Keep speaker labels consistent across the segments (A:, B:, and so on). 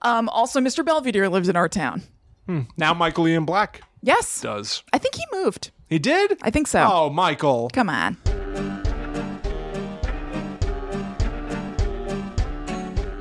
A: Um, also, Mr. Belvedere lives in our town.
B: Now Michael Ian Black
A: Yes.
B: does.
A: I think he moved.
B: He did?
A: I think so.
B: Oh, Michael.
A: Come on.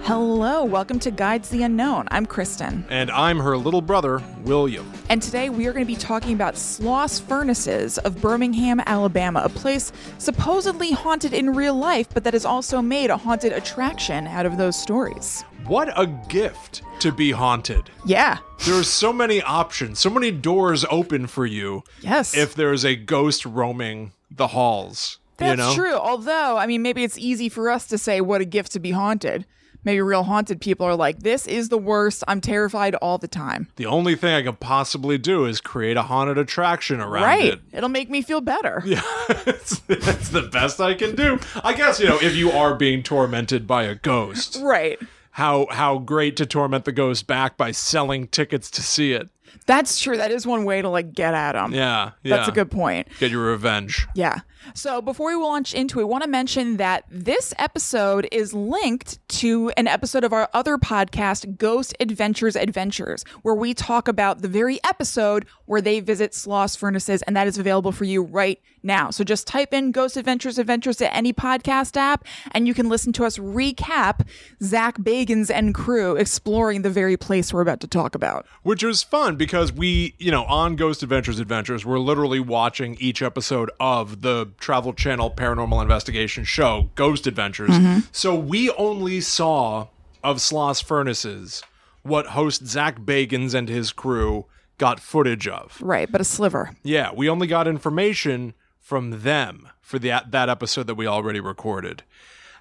A: Hello, welcome to Guides the Unknown. I'm Kristen,
B: And I'm her little brother, William.
A: and today we are going to be talking about Sloss Furnaces of Birmingham, Alabama, a place supposedly haunted in real life, but that has also made a haunted attraction out of those stories.
B: What a gift to be haunted.
A: Yeah.
B: There's so many options, so many doors open for you
A: Yes.
B: if there's a ghost roaming the halls.
A: That's
B: you know?
A: true. Although, I mean, maybe it's easy for us to say what a gift to be haunted. Maybe real haunted people are like, this is the worst. I'm terrified all the time.
B: The only thing I could possibly do is create a haunted attraction around
A: Right.
B: it.
A: It'll make me feel better.
B: That's that's the best I can do. I guess, you know, if you are being tormented by a ghost,
A: Right.
B: how how great to torment the ghost back by selling tickets to see it.
A: That's true. That is one way to like get at them.
B: Yeah. Yeah.
A: That's a good point.
B: Get your revenge.
A: Yeah. So before we launch into it, I want to mention that this episode is linked to an episode of our other podcast, Ghost Adventures Adventures, where we talk about the very episode where they visit Sloss Furnaces, and that is available for you right now. So just type in Ghost Adventures Adventures to any podcast app, and you can listen to us recap Zach Bagans and crew exploring the very place we're about to talk about.
B: Which was fun because we, you know, on Ghost Adventures Adventures, we're literally watching each episode of the Travel Channel paranormal investigation show, Ghost Adventures.
A: Mm-hmm.
B: So we only saw of Sloss Furnaces what host Zach Bagans and his crew got footage of.
A: Right, but a sliver.
B: Yeah, we only got information from them for the that episode that we already recorded.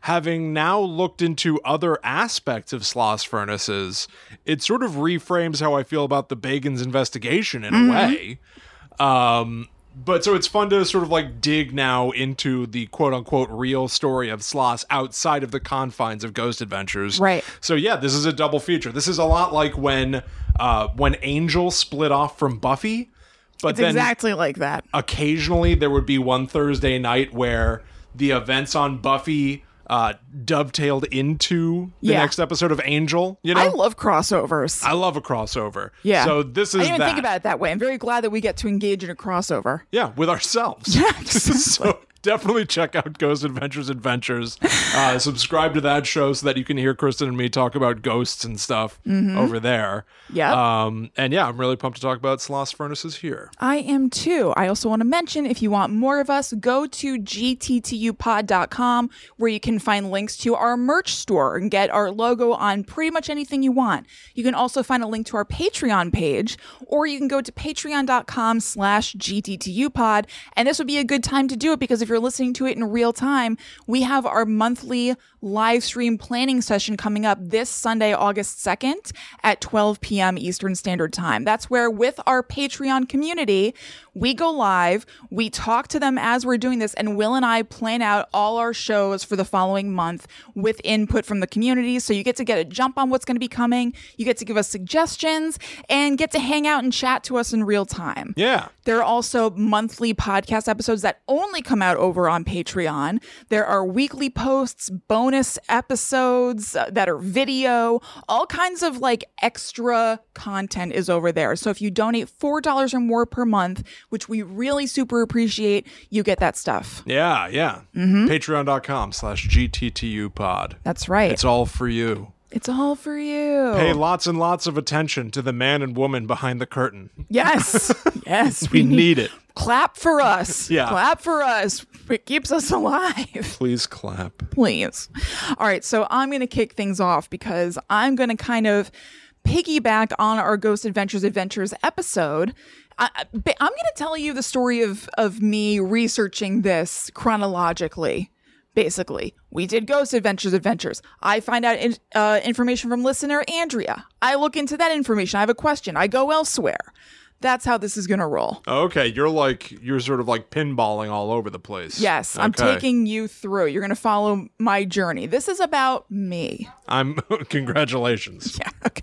B: Having now looked into other aspects of Sloss Furnaces, it sort of reframes how I feel about the Bagans investigation in
A: Mm-hmm.
B: a way. Um, but so it's fun to sort of like dig now into the quote unquote real story of Sloss outside of the confines of Ghost Adventures.
A: Right.
B: So yeah, this is a double feature. This is a lot like when uh, when Angel split off from Buffy, but
A: It's
B: then
A: exactly like that.
B: occasionally there would be one Thursday night where the events on Buffy uh, dovetailed into the
A: Yeah.
B: next episode of Angel. You know,
A: I love crossovers.
B: I love a crossover.
A: Yeah.
B: So this is
A: I didn't even
B: that.
A: think about it that way. I'm very glad that we get to engage in a crossover.
B: Yeah, with ourselves.
A: Yeah, exactly.
B: so definitely check out Ghost Adventures Adventures. Uh, subscribe to that show so that you can hear Kristen and me talk about ghosts and stuff over there.
A: Mm-hmm. Yep.
B: Um, and yeah, I'm really pumped to talk about Sloss Furnaces here.
A: I am too. I also want to mention if you want more of us, go to gttupod.com where you can find links to our merch store and get our logo on pretty much anything you want. You can also find a link to our Patreon page, or you can go to patreon.com slash gttupod. And this would be a good time to do it because if you're listening to it in real time, we have our monthly live stream planning session coming up this Sunday, August 2nd at 12 p.m. Eastern Standard Time. That's where, with our Patreon community, we go live, we talk to them as we're doing this, and Will and I plan out all our shows for the following month with input from the community. So you get to get a jump on what's going to be coming, you get to give us suggestions, and get to hang out and chat to us in real time.
B: Yeah.
A: There are also monthly podcast episodes that only come out over on Patreon. There are weekly posts, bonus episodes uh, that are video, all kinds of like extra content is over there. So if you donate $4 or more per month, which we really super appreciate, you get that stuff.
B: Yeah, yeah. Patreon.com slash GTTU pod.
A: Mm-hmm. That's Oh. right.
B: It's
A: It's,
B: all for you.
A: all for you.
B: Pay lots and lots of attention to the man and woman behind the curtain.
A: yes. yes.
B: We need it.
A: clap for us.
B: Yeah.
A: Clap for us. It keeps us alive.
B: Please clap.
A: please. All right, so I'm going to kick things off because I'm going to kind of piggyback on our Ghost Adventures Adventures episode. I, I- but I'm going to tell you the story of of me researching this chronologically. Basically, we did Ghost Adventures Adventures. I find out in, uh, information from listener Andrea. I look into that information. I have a question. I go elsewhere. That's how this is going to roll.
B: Okay, you're like you're sort of like pinballing all over the place.
A: Yes, I'm
B: Okay.
A: taking you through. You're going to follow my journey. This is about me.
B: I'm congratulations.
A: Yeah, okay.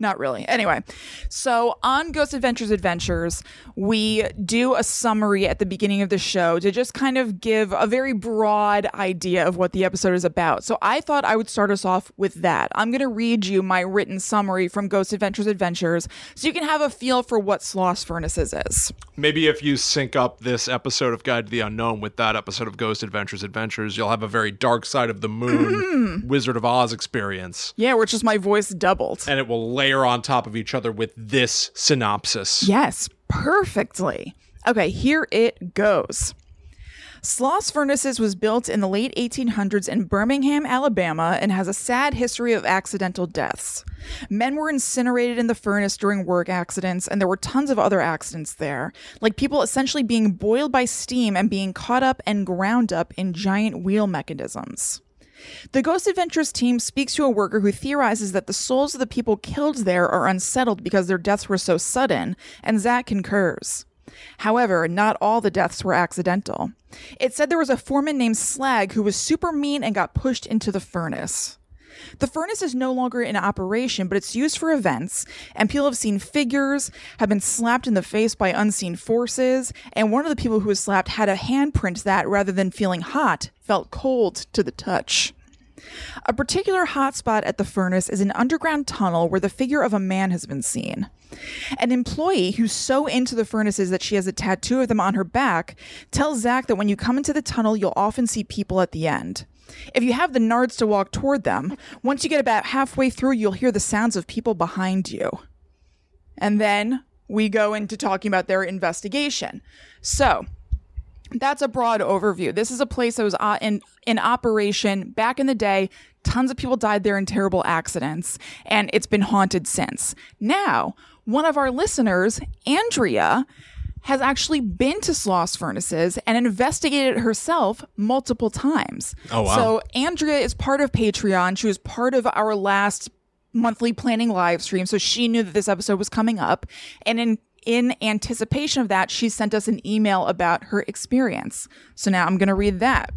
A: Not really. Anyway, so on Ghost Adventures Adventures, we do a summary at the beginning of the show to just kind of give a very broad idea of what the episode is about. So I thought I would start us off with that. I'm going to read you my written summary from Ghost Adventures Adventures so you can have a feel for what Sloss Furnaces is.
B: Maybe if you sync up this episode of Guide to the Unknown with that episode of Ghost Adventures Adventures, you'll have a very dark side of the moon Wizard of Oz experience.
A: Yeah, where it's just my voice doubled.
B: And it will layer on top of each other with this synopsis.
A: Yes, perfectly. Okay, here it goes. Sloss Furnaces was built in the late 1800s in Birmingham, Alabama, and has a sad history of accidental deaths. Men were incinerated in the furnace during work accidents, and there were tons of other accidents there, like people essentially being boiled by steam and being caught up and ground up in giant wheel mechanisms. The Ghost Adventures team speaks to a worker who theorizes that the souls of the people killed there are unsettled because their deaths were so sudden, and Zach concurs. However, not all the deaths were accidental. It said there was a foreman named Slag who was super mean and got pushed into the furnace. The furnace is no longer in operation, but it's used for events, and people have seen figures, have been slapped in the face by unseen forces, and one of the people who was slapped had a handprint that, rather than feeling hot, felt cold to the touch. A particular hotspot at the furnace is an underground tunnel where the figure of a man has been seen. An employee who's so into the furnaces that she has a tattoo of them on her back tells Zach that when you come into the tunnel, you'll often see people at the end. If you have the nards to walk toward them, once you get about halfway through, you'll hear the sounds of people behind you. And then we go into talking about their investigation. So, that's a broad overview. This is a place that was uh, in in operation back in the day. Tons of people died there in terrible accidents, and it's been haunted since. Now, one of our listeners, Andrea, has actually been to Sloss Furnaces and investigated it herself multiple times.
B: Oh, wow.
A: So Andrea is part of Patreon. She was part of our last monthly planning live stream, so she knew that this episode was coming up, and in in anticipation of that, she sent us an email about her experience. So now I'm going to read that.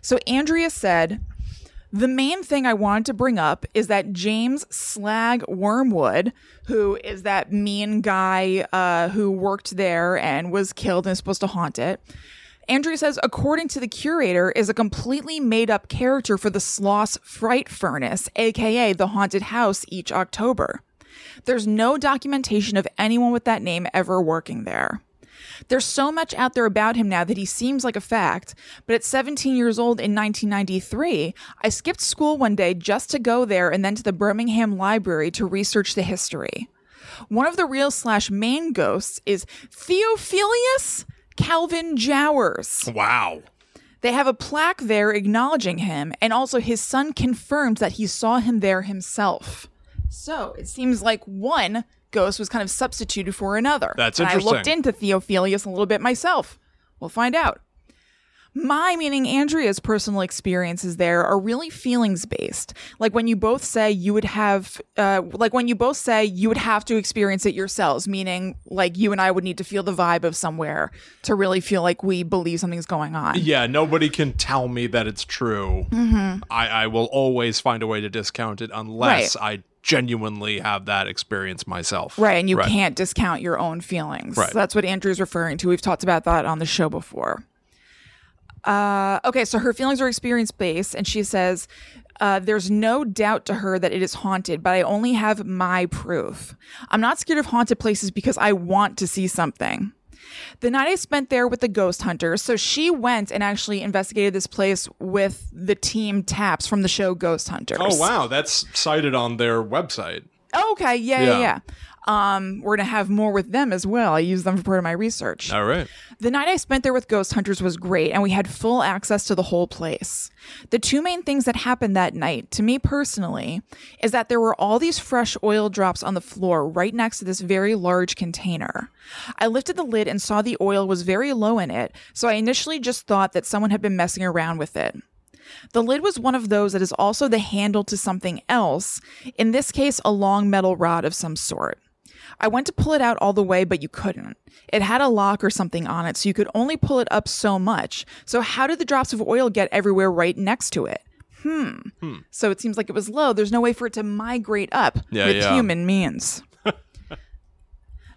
A: So Andrea said, the main thing I wanted to bring up is that James Slag Wormwood, who is that mean guy uh, who worked there and was killed and is supposed to haunt it, Andrea says, according to the curator, is a completely made up character for the Sloss Fright Furnace, aka the haunted house, each October. There's no documentation of anyone with that name ever working there. There's so much out there about him now that he seems like a fact, but at 17 years old in 1993, I skipped school one day just to go there and then to the Birmingham Library to research the history. One of the real slash main ghosts is Theophilus Calvin Jowers.
B: Wow.
A: They have a plaque there acknowledging him, and also his son confirmed that he saw him there himself. So it seems like one ghost was kind of substituted for another.
B: That's
A: and I looked
B: interesting.
A: into Theophilus a little bit myself. We'll find out. My, meaning Andrea's personal experiences there, are really feelings based. Like when you both say you would have, uh, like when you both say you would have to experience it yourselves, meaning like you and I would need to feel the vibe of somewhere to really feel like we believe something's going on.
B: Yeah, nobody can tell me that it's true.
A: Mm-hmm.
B: I, I will always find a way to discount it unless I genuinely have that experience myself.
A: Right, and you can't discount your own feelings.
B: Right.
A: So that's what Andrew's referring to. We've talked about that on the show before. Uh, okay, so her feelings are experience based, and she says, uh, There's no doubt to her that it is haunted, but I only have my proof. I'm not scared of haunted places because I want to see something. The night I spent there with the ghost hunter, so she went and actually investigated this place with the team taps from the show Ghost Hunters.
B: Oh wow, that's cited on their website.
A: Okay, yeah, yeah, yeah.
B: Yeah.
A: Um, we're gonna have more with them as well. I use them for part of my research.
B: All right.
A: The night I spent there with ghost hunters was great, and we had full access to the whole place. The two main things that happened that night, to me personally, is that there were all these fresh oil drops on the floor right next to this very large container. I lifted the lid and saw the oil was very low in it, so I initially just thought that someone had been messing around with it. The lid was one of those that is also the handle to something else, in this case, a long metal rod of some sort. I went to pull it out all the way, but you couldn't. It had a lock or something on it, so you could only pull it up so much. So, how did the drops of oil get everywhere right next to it? hmm. So it seems like it was low. There's no way for it to migrate up
B: Yeah,
A: with
B: yeah.
A: human means.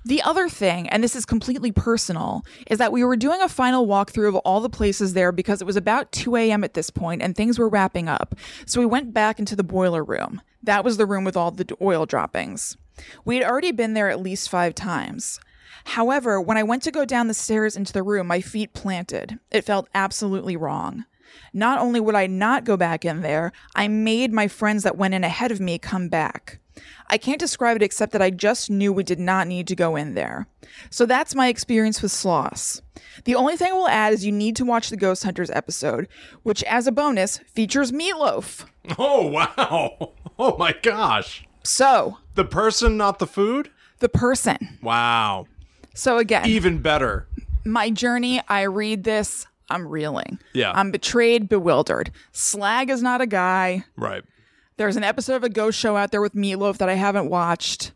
A: the other thing, and this is completely personal, is that we were doing a final walkthrough of all the places there because it was about 2 a.m. at this point and things were wrapping up. So we went back into the boiler room. That was the room with all the d- oil droppings. We had already been there at least five times. However, when I went to go down the stairs into the room, my feet planted. It felt absolutely wrong. Not only would I not go back in there, I made my friends that went in ahead of me come back. I can't describe it except that I just knew we did not need to go in there. So that's my experience with Sloss. The only thing I will add is you need to watch the Ghost Hunters episode, which, as a bonus, features Meatloaf.
B: Oh, wow. Oh, my gosh.
A: So,
B: The person, not the food?
A: the person.
B: Wow.
A: So, again,
B: Even better.
A: my journey, I read this, I'm reeling.
B: Yeah.
A: I'm betrayed, bewildered. Slag is not a guy.
B: Right.
A: There's an episode of a ghost show out there with Meatloaf that I haven't watched.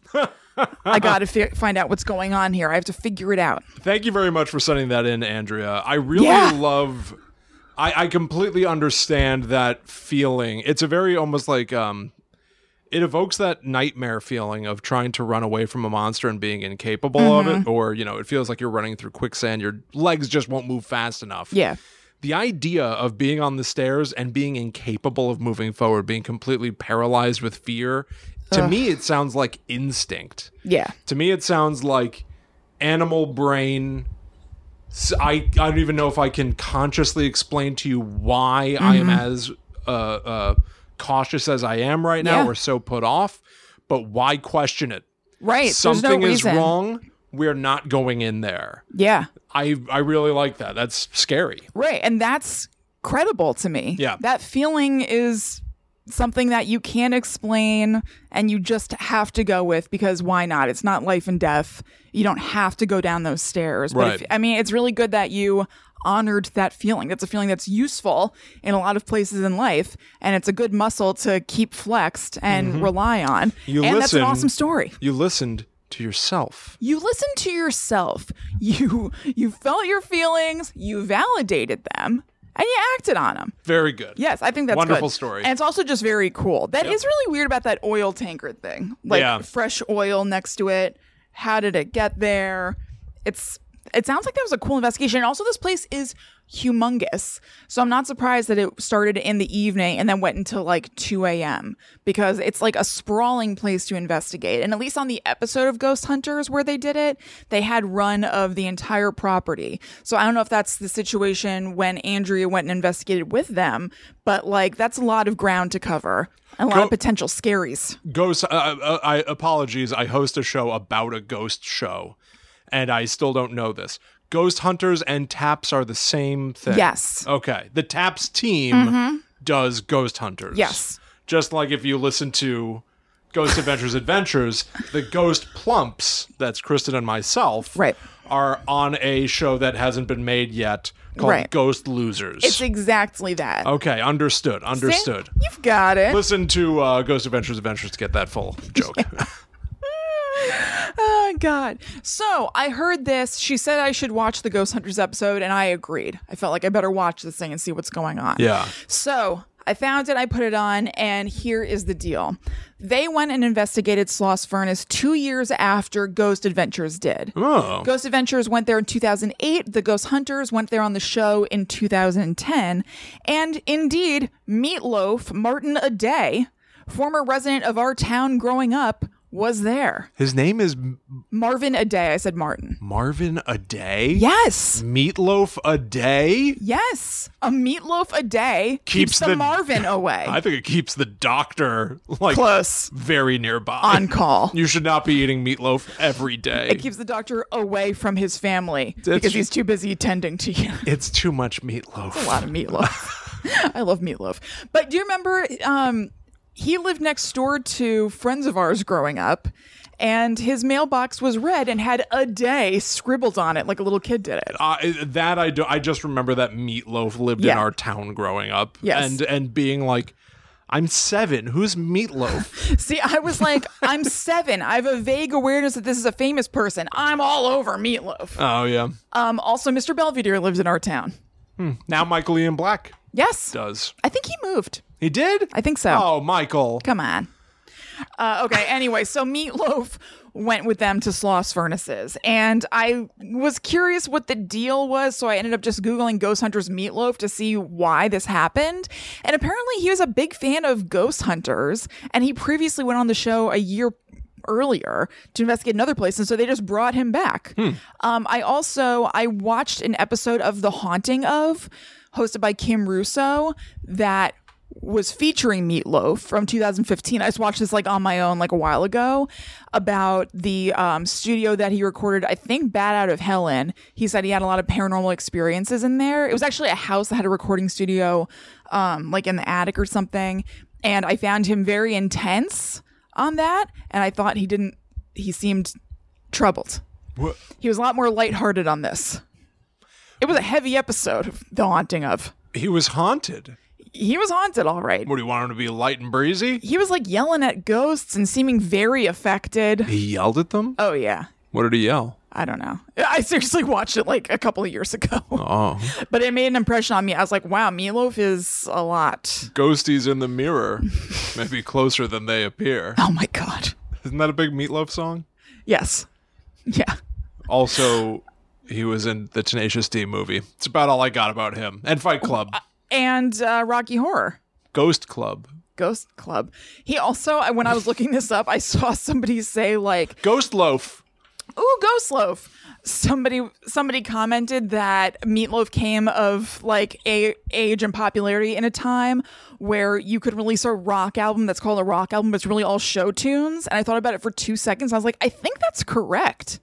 A: I got to fi- find out what's going on here. I have to figure it out.
B: Thank you very much for sending that in, Andrea. I really
A: Yeah.
B: love. I, I completely understand that feeling. It's a very almost like um, it evokes that nightmare feeling of trying to run away from a monster and being incapable of
A: Mm-hmm.
B: it, or you know, it feels like you're running through quicksand. Your legs just won't move fast enough.
A: Yeah.
B: The idea of being on the stairs and being incapable of moving forward, being completely paralyzed with fear, to me, it sounds like instinct.
A: Yeah.
B: To me, it sounds like animal brain. S- I, I don't even know if I can consciously explain to you why I
A: Mm-hmm.
B: am as uh, uh, cautious as I am right now
A: Yeah.
B: or so put off, but why question it?
A: Right. There's
B: Something
A: no
B: is
A: reason.
B: wrong. We're not going in there.
A: Yeah.
B: I, I really like that. That's scary.
A: Right. And that's credible to me.
B: Yeah.
A: That feeling is something that you can't explain and you just have to go with because why not? It's not life and death. You don't have to go down those stairs. But if,
B: Right.
A: I mean, it's really good that you honored that feeling. That's a feeling that's useful in a lot of places in life. And it's a good muscle to keep flexed and rely on.
B: Mm-hmm. You
A: and that's an
B: listen.
A: awesome story
B: You listened to yourself.
A: you listened to yourself you you felt your feelings you validated them and you acted on them
B: Very good.
A: yes i think that's
B: Wonderful
A: good.
B: story.
A: and it's also just very cool That is really weird about that oil tankard thing like
B: Yeah.
A: fresh oil next to it how did it get there it's it sounds like that was a cool investigation and also this place is humongous so i'm not surprised that it started in the evening and then went until like 2 a.m because it's like a sprawling place to investigate and at least on the episode of ghost hunters where they did it they had run of the entire property so i don't know if that's the situation when andrea went and investigated with them but like that's a lot of ground to cover and a lot
B: Go-
A: of potential scaries
B: ghost uh, uh, i apologies i host a show about a ghost show and i still don't know this ghost hunters and taps are the same thing
A: Yes. Mm-hmm.
B: okay the taps team does ghost hunters
A: Yes.
B: just like if you listen to ghost adventures adventures the ghost plumps that's kristen and myself
A: Right.
B: are on a show that hasn't been made yet called
A: Right.
B: ghost losers
A: it's exactly that
B: okay understood Oh, understood
A: you've got it
B: listen to uh, ghost adventures adventures to get that full joke
A: Oh God. So I heard this. She said I should watch the Ghost Hunters episode, and I agreed. I felt like I better watch this thing and see what's going on.
B: yeah.
A: So I found it, I put it on, and here is the deal. They went and investigated Sloss Furnace two years after Ghost Adventures did.
B: Oh.
A: Ghost Adventures went there in 2008. The Ghost Hunters went there on the show in 2010. And indeed, Meatloaf Martin Aday, former resident of our town growing up, was there.
B: His name is M-
A: Marvin Aday. I said Martin.
B: Marvin A Day.
A: Yes.
B: Meatloaf A Day.
A: Yes. A meatloaf a day keeps,
B: Keeps
A: the,
B: the-
A: Marvin away.
B: I think it keeps the doctor like
A: Close.
B: very nearby.
A: On call.
B: you should not be eating meatloaf every day.
A: It keeps the doctor away from his family
B: That's-
A: because he's too busy tending to you.
B: it's too much
A: a
B: meatloaf.
A: lot of meatloaf. I love meatloaf. But do you remember um, he lived next door to friends of ours growing up, and his mailbox was red and had a day scribbled on it like a little kid did it.
B: Uh, that I do. I just remember that meatloaf lived in
A: Yeah.
B: our town growing up.
A: Yes.
B: and and being like, I'm seven. Who's meatloaf?
A: See, I was like, I'm seven. I have a vague awareness that this is a famous person. I'm all over meatloaf.
B: oh yeah.
A: Um, also, Mr. Belvedere lives in our town.
B: Now Michael Ian Black
A: Yes.
B: does.
A: I think he moved.
B: He did?
A: I think so.
B: Oh, Michael.
A: Come on. Uh, okay. Anyway, so Meatloaf went with them to Sloss Furnaces, and I was curious what the deal was, so I ended up just googling Ghost Hunters Meatloaf to see why this happened. And apparently, he was a big fan of Ghost Hunters, and he previously went on the show a year earlier to investigate another place and so they just brought him back um, i also i watched an episode of the haunting of hosted by kim russo that was featuring meatloaf from 2015 i just watched this like on my own like a while ago about the um, studio that he recorded i think bad out of hell in he said he had a lot of paranormal experiences in there it was actually a house that had a recording studio um, like in the attic or something and i found him very intense on that and i thought he didn't he seemed troubled
B: Wha-
A: he was a lot more lighthearted on this it was a heavy episode of the haunting of
B: He was haunted.
A: he was haunted all right
B: What do you want him to be light and breezy?
A: he was like yelling at ghosts and seeming very affected
B: He yelled at them?
A: oh yeah
B: Uh, What did he yell?
A: i don't know i seriously watched it like a couple of years ago
B: Oh.
A: but it made an impression on me i was like wow meatloaf is a lot
B: Ghosties in the mirror. Maybe closer than they appear.
A: oh my god
B: Isn't that a big meatloaf song?
A: yes yeah
B: Also, he was in the Tenacious D movie. It's about all I got about him. And Fight Club.
A: and uh, rocky horror
B: Ghost Club.
A: Ghost Club. He also, I- when I was looking this up, I saw somebody say like,
B: Ghost Loaf.
A: "Ooh, Ghost Loaf." Somebody, somebody commented that Meatloaf came of like a age and popularity in a time where you could release a rock album that's called a rock album, but it's really all show tunes. And I thought about it for two seconds. I was like, I think that's correct.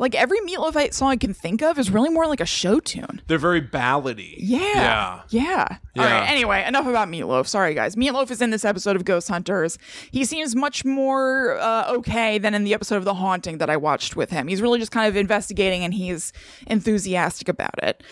A: Like every Meatloaf I- song I can think of is really more like a show tune.
B: They're very ballady.
A: Yeah. Yeah. All
B: Yeah.
A: right. Anyway, enough about Meatloaf. Sorry, guys. Meatloaf is in this episode of Ghost Hunters. He seems much more uh, okay than in the episode of The Haunting that I watched with him. He's really just kind of investigating and he's enthusiastic about it.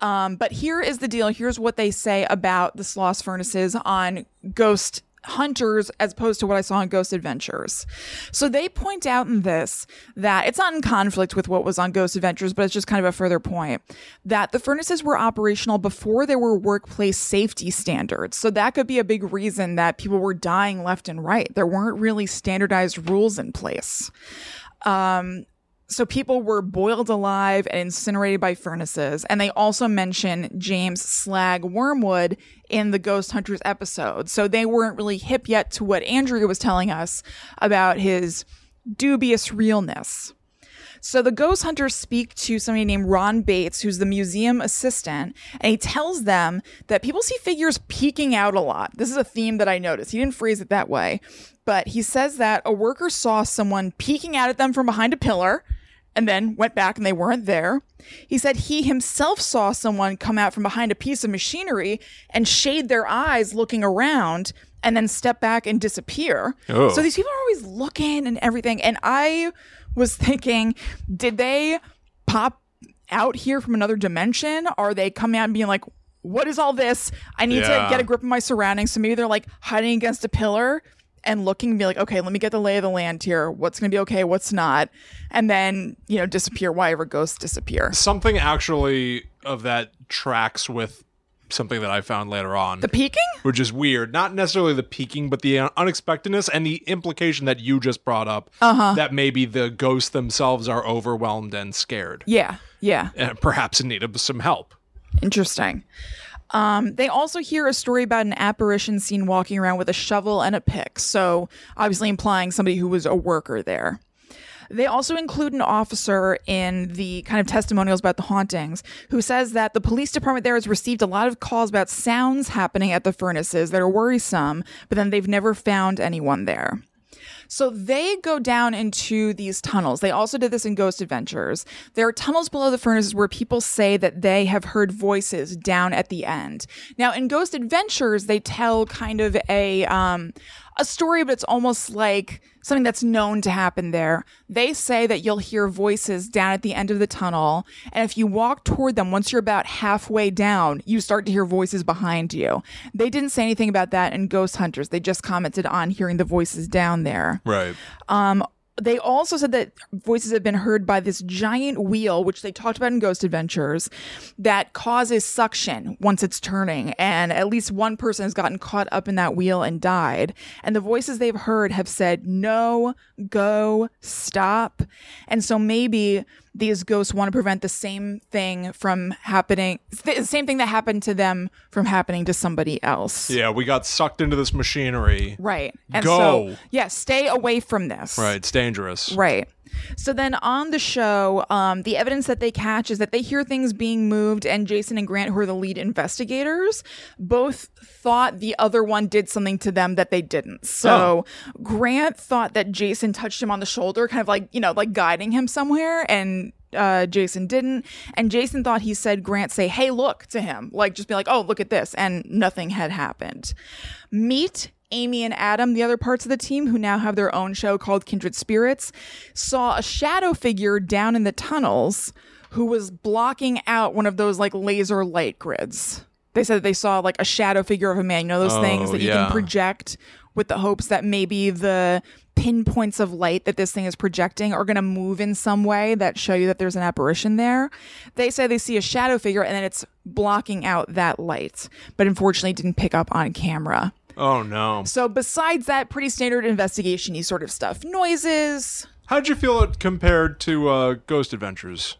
A: Um, but here is the deal. Here's what they say about the Sloss Furnaces on Ghost hunters as opposed to what I saw in Ghost Adventures. So they point out in this that it's not in conflict with what was on Ghost Adventures, but it's just kind of a further point that the furnaces were operational before there were workplace safety standards. So that could be a big reason that people were dying left and right. There weren't really standardized rules in place. Um, so people were boiled alive and incinerated by furnaces. And they also mention James Slag Wormwood in the Ghost Hunters episode. So they weren't really hip yet to what Andrea was telling us about his dubious realness. So the ghost hunters speak to somebody named Ron Bates, who's the museum assistant, and he tells them that people see figures peeking out a lot. This is a theme that I noticed. He didn't phrase it that way, but he says that a worker saw someone peeking out at them from behind a pillar and then went back and they weren't there. He said he himself saw someone come out from behind a piece of machinery and shade their eyes looking around and then step back and disappear.
B: Oh.
A: So these people are always looking and everything. And I was thinking, did they pop out here from another dimension? Are they coming out and being like, what is all this? I need
B: Yeah.
A: to get a grip of my surroundings. So maybe they're like hiding against a pillar and looking and be like, okay, let me get the lay of the land here. What's going to be okay? What's not? And then, you know, disappear. Why ever ghosts disappear?
B: Something actually of that tracks with something that I found later on.
A: The peeking?
B: which is weird. Not necessarily the peaking, but the unexpectedness and the implication that you just brought up
A: Uh-huh.
B: that maybe the ghosts themselves are overwhelmed and scared,
A: Yeah. Yeah.
B: and perhaps in need of some help.
A: Interesting. Um, they also hear a story about an apparition seen walking around with a shovel and a pick. So, obviously, implying somebody who was a worker there. They also include an officer in the kind of testimonials about the hauntings who says that the police department there has received a lot of calls about sounds happening at the furnaces that are worrisome, but then they've never found anyone there. So they go down into these tunnels. They also did this in Ghost Adventures. There are tunnels below the furnaces where people say that they have heard voices down at the end. Now in Ghost Adventures, they tell kind of a um, a story, but it's almost like something that's known to happen there. They say that you'll hear voices down at the end of the tunnel, and if you walk toward them, once you're about halfway down, you start to hear voices behind you. They didn't say anything about that in Ghost Hunters. They just commented on hearing the voices down there.
B: Right.
A: Um, they also said that voices have been heard by this giant wheel, which they talked about in Ghost Adventures, that causes suction once it's turning. And at least one person has gotten caught up in that wheel and died. And the voices they've heard have said, no, go, stop. And so maybe these ghosts want to prevent the same thing from happening, the same thing that happened to them from happening to somebody else.
B: Yeah, we got sucked into this machinery.
A: Right. And
B: Go.
A: so, yeah, stay away from this.
B: Right, it's dangerous.
A: Right. So then on the show, um, the evidence that they catch is that they hear things being moved, and Jason and Grant, who are the lead investigators, both thought the other one did something to them that they didn't. So Grant thought that Jason touched him on the shoulder, kind of like, you know, like guiding him somewhere, and uh, Jason didn't. And Jason thought he said Grant say, hey, look to him, like just be like, oh, look at this. And nothing had happened. Meet Amy and Adam, the other parts of the team who now have their own show called Kindred Spirits, saw a shadow figure down in the tunnels who was blocking out one of those like laser light grids. They said that they saw like a shadow figure of a man, you know, those things
B: Oh,
A: that you
B: yeah.
A: can project with the hopes that maybe the pinpoints of light that this thing is projecting are going to move in some way that show you that there's an apparition there. They say they see a shadow figure and then it's blocking out that light, but unfortunately didn't pick up on camera.
B: Oh no.
A: So besides that, pretty standard investigation-y sort of stuff. Noises.
B: How'd you feel it compared to uh, Ghost Adventures?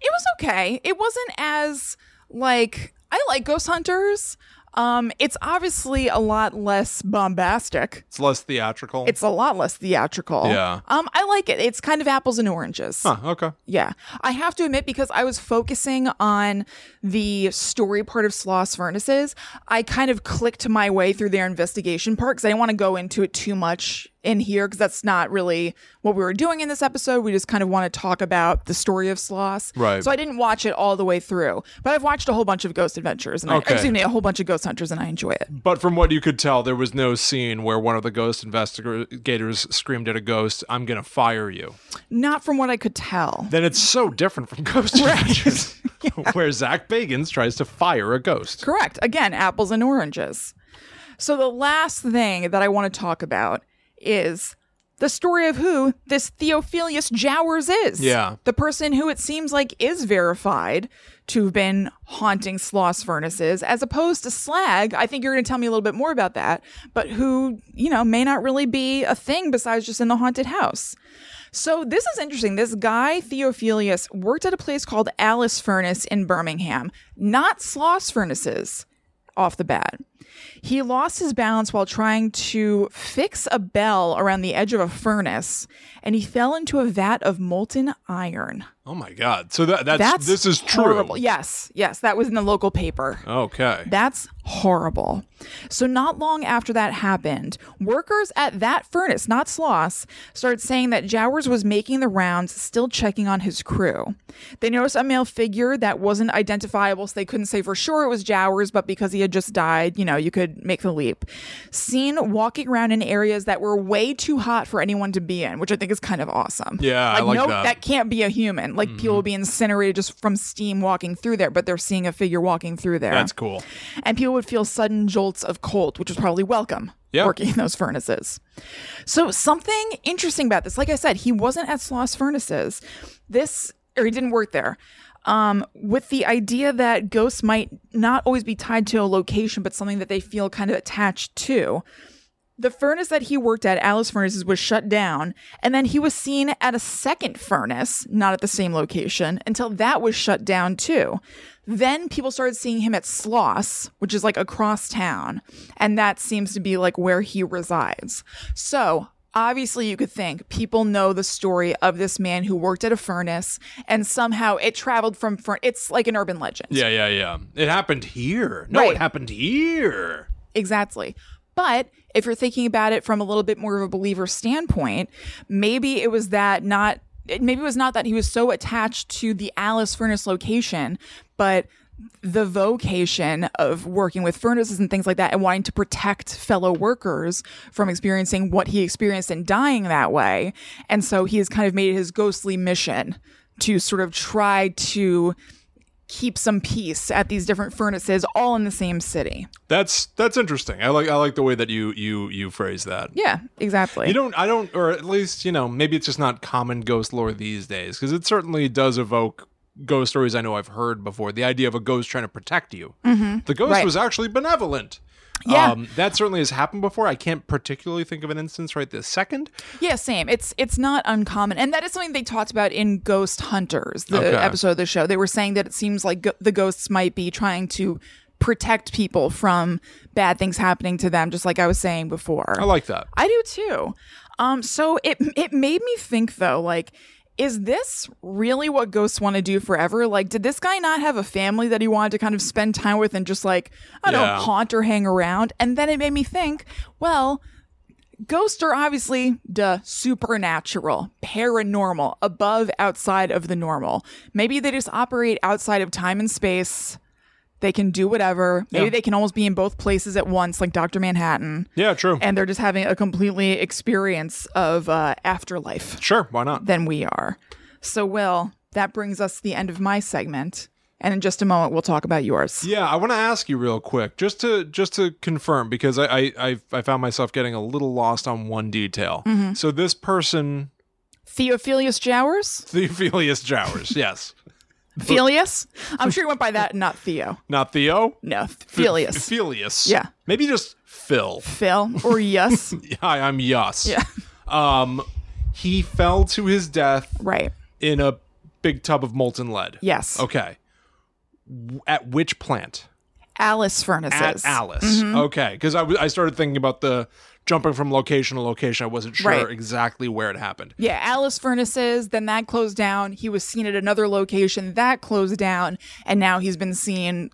A: It was okay. It wasn't as like I like Ghost Hunters. Um, it's obviously a lot less bombastic.
B: It's less theatrical.
A: It's a lot less theatrical.
B: Yeah.
A: Um, I like it. It's kind of apples and oranges.
B: Huh, okay.
A: Yeah. I have to admit, because I was focusing on the story part of Sloss Furnaces, I kind of clicked my way through their investigation part because I didn't want to go into it too much in here because that's not really what we were doing in this episode. We just kind of want to talk about the story of Sloss.
B: Right.
A: So I didn't watch it all the way through, but I've watched a whole bunch of Ghost Adventures and I,
B: Okay.
A: excuse me, a whole bunch of Ghost Hunters and I enjoy it.
B: But from what you could tell, there was no scene where one of the ghost investigators screamed at a ghost, I'm going to fire you.
A: Not from what I could tell.
B: Then it's so different from Ghost Adventures, where Zach Bagans tries to fire a ghost.
A: Correct. Again, apples and oranges. So the last thing that I want to talk about is the story of who this Theophilus Jowers is.
B: Yeah.
A: The person who it seems like is verified to have been haunting Sloss furnaces, as opposed to Slag. I think you're going to tell me a little bit more about that, but who, you know, may not really be a thing besides just in the haunted house. So this is interesting. This guy, Theophilus, worked at a place called Alice Furnace in Birmingham, not Sloss Furnaces off the bat. He lost his balance while trying to fix a bell around the edge of a furnace, and he fell into a vat of molten iron.
B: Oh my God. So that, that's,
A: That's
B: this is true.
A: horrible. Yes, yes, that was in the local paper.
B: Okay.
A: That's horrible. So, not long after that happened, workers at that furnace, not Sloss, started saying that Jowers was making the rounds, still checking on his crew. They noticed a male figure that wasn't identifiable, so they couldn't say for sure it was Jowers, but because he had just died, you know, you could make the leap. Seen walking around in areas that were way too hot for anyone to be in, which I think is kind of awesome.
B: Yeah, I like
A: no,
B: that. Mm-hmm.
A: can't be a human. Like people will be incinerated just from steam walking through there, but they're seeing a figure walking through there
B: that's cool.
A: and people would feel sudden jolts of cold, which was probably welcome
B: Yeah.
A: working in those furnaces. So something interesting about this, like I said, he wasn't at Sloss Furnaces. This, or he didn't work there. Um, with the idea that ghosts might not always be tied to a location, but something that they feel kind of attached to. The furnace that he worked at, Alice Furnaces, was shut down, and then he was seen at a second furnace, not at the same location, until that was shut down too. Then people started seeing him at Sloss, which is like across town, and that seems to be like where he resides. So obviously, you could think people know the story of this man who worked at a furnace, and somehow it traveled from fur- it's like an urban legend.
B: Yeah, yeah, yeah. It happened here. No,
A: Right.
B: it happened here.
A: Exactly. But if you're thinking about it from a little bit more of a believer standpoint, maybe it was that not it- maybe it was not that he was so attached to the Alice furnace location, but the vocation of working with furnaces and things like that and wanting to protect fellow workers from experiencing what he experienced and dying that way. And so he has kind of made it his ghostly mission to sort of try to keep some peace at these different furnaces all in the same city.
B: That's that's interesting. I like I like the way that you you you phrase that.
A: Yeah, exactly.
B: You don't I don't or at least, you know, maybe it's just not common ghost lore these days because it certainly does evoke ghost stories I know I've heard before. The idea of a ghost trying to protect you. The ghost
A: Mm-hmm. Right.
B: was actually benevolent. Um,
A: Yeah.
B: that certainly has happened before. I can't particularly think of an instance right this second.
A: Yeah, same. It's it's not uncommon, and that is something they talked about in Ghost Hunters, the
B: Okay.
A: episode of the show. They were saying that it seems like go- the ghosts might be trying to protect people from bad things happening to them, just like I was saying before.
B: I like that.
A: I do too. Um, so it it made me think though, like, is this really what ghosts want to do forever? Like, did this guy not have a family that he wanted to kind of spend time with and just like I don't
B: Yeah.
A: know, haunt or hang around? And then it made me think, well. Ghosts are obviously duh, supernatural, paranormal, above, outside of the normal. Maybe they just operate outside of time and space. They can do whatever. Maybe
B: Yeah.
A: they can almost be in both places at once, like Dr. Manhattan
B: Yeah, true.
A: and they're just having a completely experience of uh, afterlife
B: sure, why not?
A: than we are. So, Will, that brings us to the end of my segment, and in just a moment, we'll talk about yours.
B: Yeah, I want to ask you real quick, just to just to confirm, because I I, I, I found myself getting a little lost on one detail.
A: Mm-hmm.
B: So this person,
A: Theophilus Jowers,
B: Theophilus Jowers, yes,
A: Philius. I'm sure you went by that, not Theo.
B: not Theo,
A: No, th-
B: Ph-
A: Philius,
B: Philius,
A: Yeah.
B: maybe just Phil.
A: Phil, or yes,
B: Hi, I'm Yus.
A: Yeah.
B: Um, he fell to his death
A: right?
B: in a big tub of molten lead.
A: Yes,
B: Okay. W- At which plant?
A: Alice
B: at
A: furnaces.
B: Alice.
A: Mm-hmm.
B: Okay, because I w- I started thinking about the jumping from location to location. I wasn't sure
A: Right.
B: exactly where it happened.
A: Yeah, Alice Furnaces, then that closed down. He was seen at another location, that closed down, and now he's been seen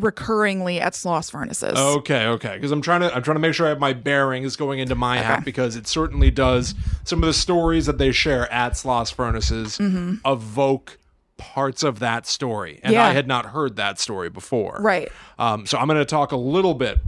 A: recurringly at Sloss Furnaces.
B: Okay, okay, because I'm trying to I'm trying to make sure I have my bearings going into my hat because it certainly does. Some of the stories that they share at Sloss Furnaces evoke parts of that story, and I
A: Mm-hmm. Yeah.
B: had not heard that story before.
A: Right.
B: Um, so I'm going to talk a little bit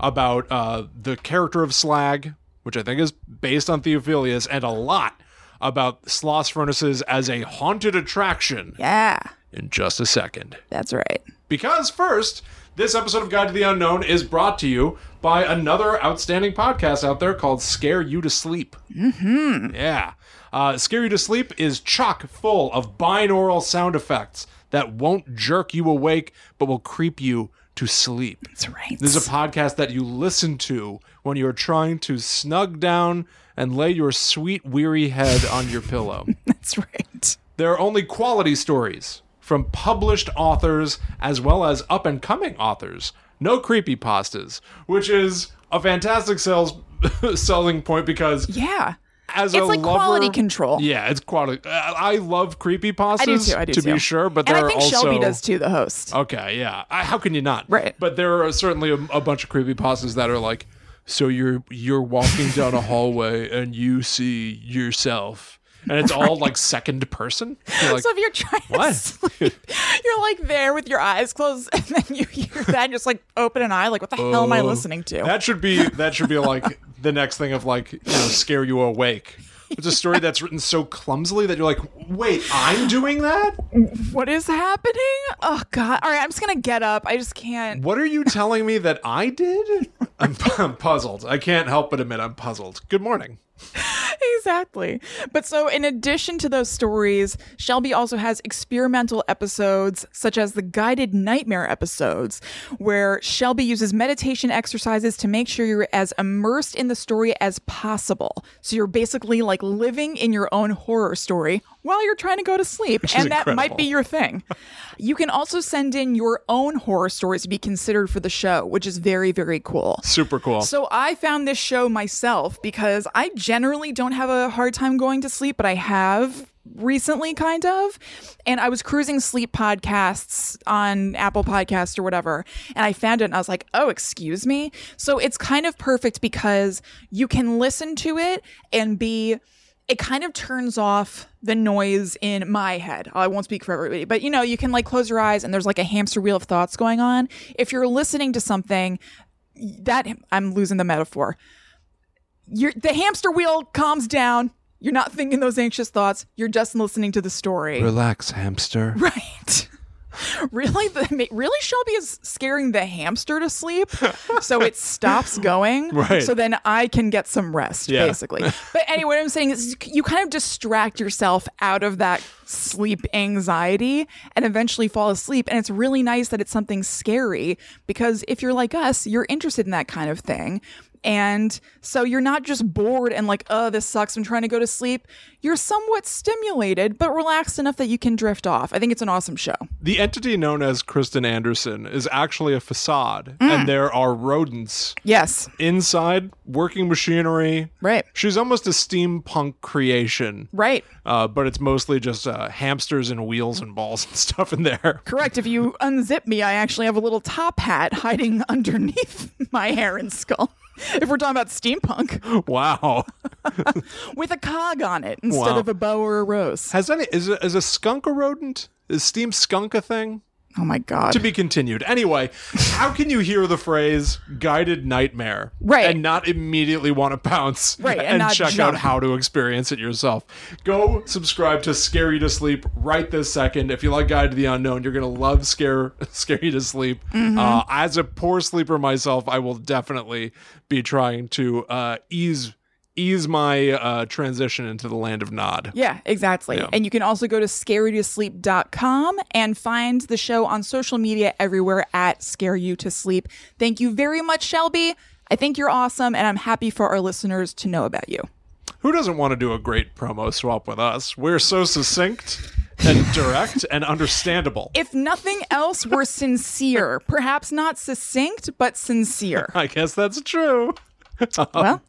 B: about uh, the character of Slag, which I think is based on Theophilus, and a lot about Sloss Furnaces as a haunted attraction
A: Yeah,
B: in just a second.
A: that's right.
B: Because first, this episode of Guide to the Unknown is brought to you by another outstanding podcast out there called Scare You to Sleep. Mm-hmm. Yeah. Uh, Scare You to Sleep is chock full of binaural sound effects that won't jerk you awake, but will creep you to sleep.
A: That's right.
B: This is a podcast that you listen to when you're trying to snug down and lay your sweet, weary head on your pillow.
A: That's right.
B: There are only quality stories from published authors as well as up and coming authors. No creepy pastas, which is a fantastic sales selling point because
A: Yeah.
B: as a
A: It's like
B: lover-
A: quality control.
B: Yeah, it's quality. I I love creepy pastas.
A: I do too. I do
B: to
A: too.
B: be sure, but
A: and
B: there
A: I think
B: are also Oh,
A: Shelby does too, the host.
B: Okay, yeah. I, how can you not?
A: Right.
B: But there are certainly a, a bunch of creepy pastas that are like, so you're you're walking down a hallway and you see yourself, and it's all like second person. You're like,
A: so if you're trying
B: What?
A: to sleep, you're like there with your eyes closed, and then you hear that, and just like open an eye, like what the hell am I
B: Oh,
A: listening to?
B: That should be that should be like the next thing of like you know scare you awake. It's a story that's written so clumsily that you're like, wait, I'm doing that.
A: what is happening? Oh God! All right, I'm just gonna get up. I just can't.
B: What are you telling me that I did? I'm, I'm puzzled. I can't help but admit I'm puzzled. Good morning.
A: exactly. But so, in addition to those stories, Shelby also has experimental episodes, such as the guided nightmare episodes, where Shelby uses meditation exercises to make sure you're as immersed in the story as possible. So, you're basically like living in your own horror story while you're trying to go to sleep. and that might
B: incredible.
A: be your thing. you can also send in your own horror stories to be considered for the show, which is very, very cool.
B: Super cool.
A: So I found this show myself because I generally don't have a hard time going to sleep, but I have recently kind of and I was cruising sleep podcasts on Apple Podcasts or whatever and I found it and I was like, "Oh, excuse me." So it's kind of perfect because you can listen to it and be it kind of turns off the noise in my head. I won't speak for everybody, but you know, you can like close your eyes and there's like a hamster wheel of thoughts going on. If you're listening to something that I'm losing the metaphor. You're, the hamster wheel calms down. You're not thinking those anxious thoughts. You're just listening to the story.
B: Relax, hamster.
A: Right. really, the, really, Shelby is scaring the hamster to sleep, so it stops going.
B: Right.
A: So then I can get some rest,
B: Yeah.
A: basically. But anyway, what I'm saying is you kind of distract yourself out of that sleep anxiety and eventually fall asleep. And it's really nice that it's something scary because if you're like us, you're interested in that kind of thing. And so you're not just bored and like, oh, this sucks. I'm trying to go to sleep. You're somewhat stimulated, but relaxed enough that you can drift off. I think it's an awesome show.
B: The entity known as Kristen Anderson is actually a facade,
A: Mm.
B: and there are rodents
A: Yes.
B: inside working machinery.
A: Right.
B: She's almost a steampunk creation,
A: Right.
B: uh, but it's mostly just uh, hamsters and wheels and balls and stuff in there.
A: Correct. If you unzip me, I actually have a little top hat hiding underneath my hair and skull. If we're talking about steampunk,
B: Wow.
A: with a cog on it instead
B: Wow.
A: of a bow or a rose.
B: Has any is a, is a skunk a rodent? Is steam skunk a thing?
A: Oh my god!
B: To be continued. Anyway, how can you hear the phrase "guided nightmare"
A: Right.
B: and not immediately want to pounce
A: Right, and
B: and,
A: not
B: check
A: jump.
B: out how to experience it yourself? Go subscribe to Scare You to Sleep right this second. If you like Guide to the Unknown, you're gonna love Scare Scare You to Sleep.
A: Mm-hmm.
B: Uh, as a poor sleeper myself, I will definitely be trying to uh, ease ease my uh, transition into the land of Nod.
A: yeah, exactly. And you can also go to scareyoutosleep.com and find the show on social media everywhere at Scare You to Sleep. Thank you very much, Shelby. I think you're awesome, and I'm happy for our listeners to know about you.
B: Who doesn't want to do a great promo swap with us? We're so succinct and direct and understandable.
A: If nothing else, we're sincere. Perhaps not succinct, but sincere.
B: I guess that's true. Oh.
A: Well,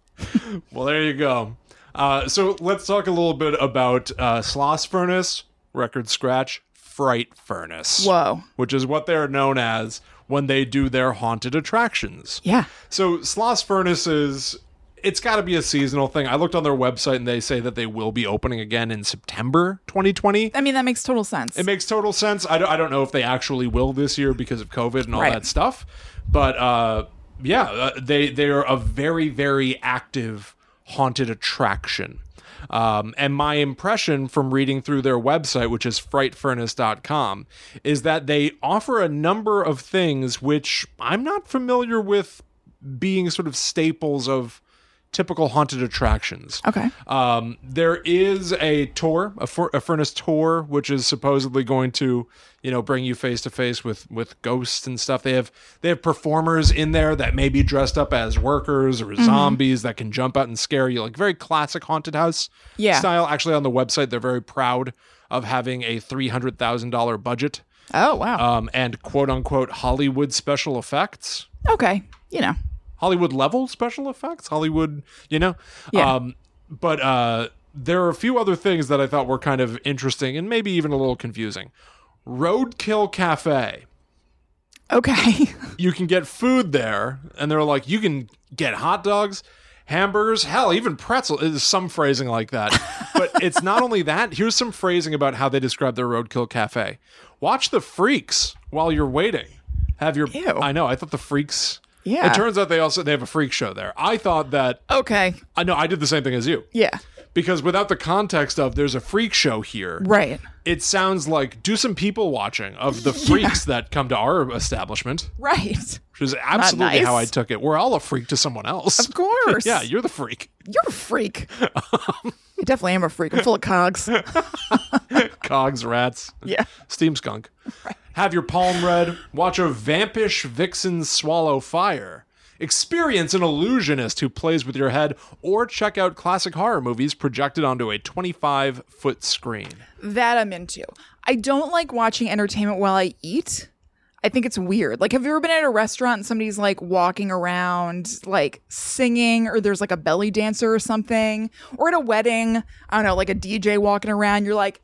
B: Well, there you go. Uh, so let's talk a little bit about uh, Sloss Furnace, Record Scratch, Fright Furnace.
A: Whoa.
B: Which is what they're known as when they do their haunted attractions.
A: yeah.
B: So Sloss Furnaces, it's got to be a seasonal thing. I looked on their website and they say that they will be opening again in September 2020.
A: I mean, that makes total sense.
B: It makes total sense. I don't, I don't know if they actually will this year because of COVID and all
A: Right.
B: that stuff. But uh, yeah, uh, they they are a very very active haunted attraction. Um, and my impression from reading through their website, which is frightfurnace.com, is that they offer a number of things which I'm not familiar with being sort of staples of typical haunted attractions.
A: okay.
B: Um, there is a tour, a, fur- a furnace tour, which is supposedly going to, you know, bring you face to face with with ghosts and stuff. They have they have performers in there that may be dressed up as workers or zombies that can jump out and scare you, like very classic haunted house
A: Yeah.
B: style. Actually, on the website, they're very proud of having a three hundred thousand dollar budget
A: Oh, wow.
B: um, and quote unquote Hollywood special effects.
A: okay. You know.
B: Hollywood level special effects, Hollywood, you know.
A: Yeah.
B: Um but uh there are a few other things that I thought were kind of interesting and maybe even a little confusing. Roadkill Cafe.
A: Okay.
B: You can get food there and they're like you can get hot dogs, hamburgers, hell, even pretzel is some phrasing like that. but it's not only that, here's some phrasing about how they describe their Roadkill Cafe. Watch the freaks while you're waiting. Have your
A: Ew.
B: I know, I thought the freaks
A: Yeah.
B: It turns out they also they have a freak show there. I thought that
A: okay.
B: I know I did the same thing as you
A: Yeah.
B: because without the context of there's a freak show here,
A: Right.
B: it sounds like do some people watching of the freaks that come to our establishment,
A: Right.
B: which is absolutely
A: nice.
B: how I took it. We're all a freak to someone else.
A: Of course.
B: Yeah, Um, you're the freak.
A: You're a freak. I definitely am a freak. I'm full of cogs.
B: Cogs, rats,
A: Yeah.
B: steam skunk. Have your palm read. Watch a vampish vixen swallow fire. Experience an illusionist who plays with your head, or check out classic horror movies projected onto a 25 foot screen.
A: That I'm into. I don't like watching entertainment while I eat. I think it's weird. Like, have you ever been at a restaurant and somebody's like walking around, like singing, or there's like a belly dancer or something, or at a wedding, I don't know, like a DJ walking around, you're like,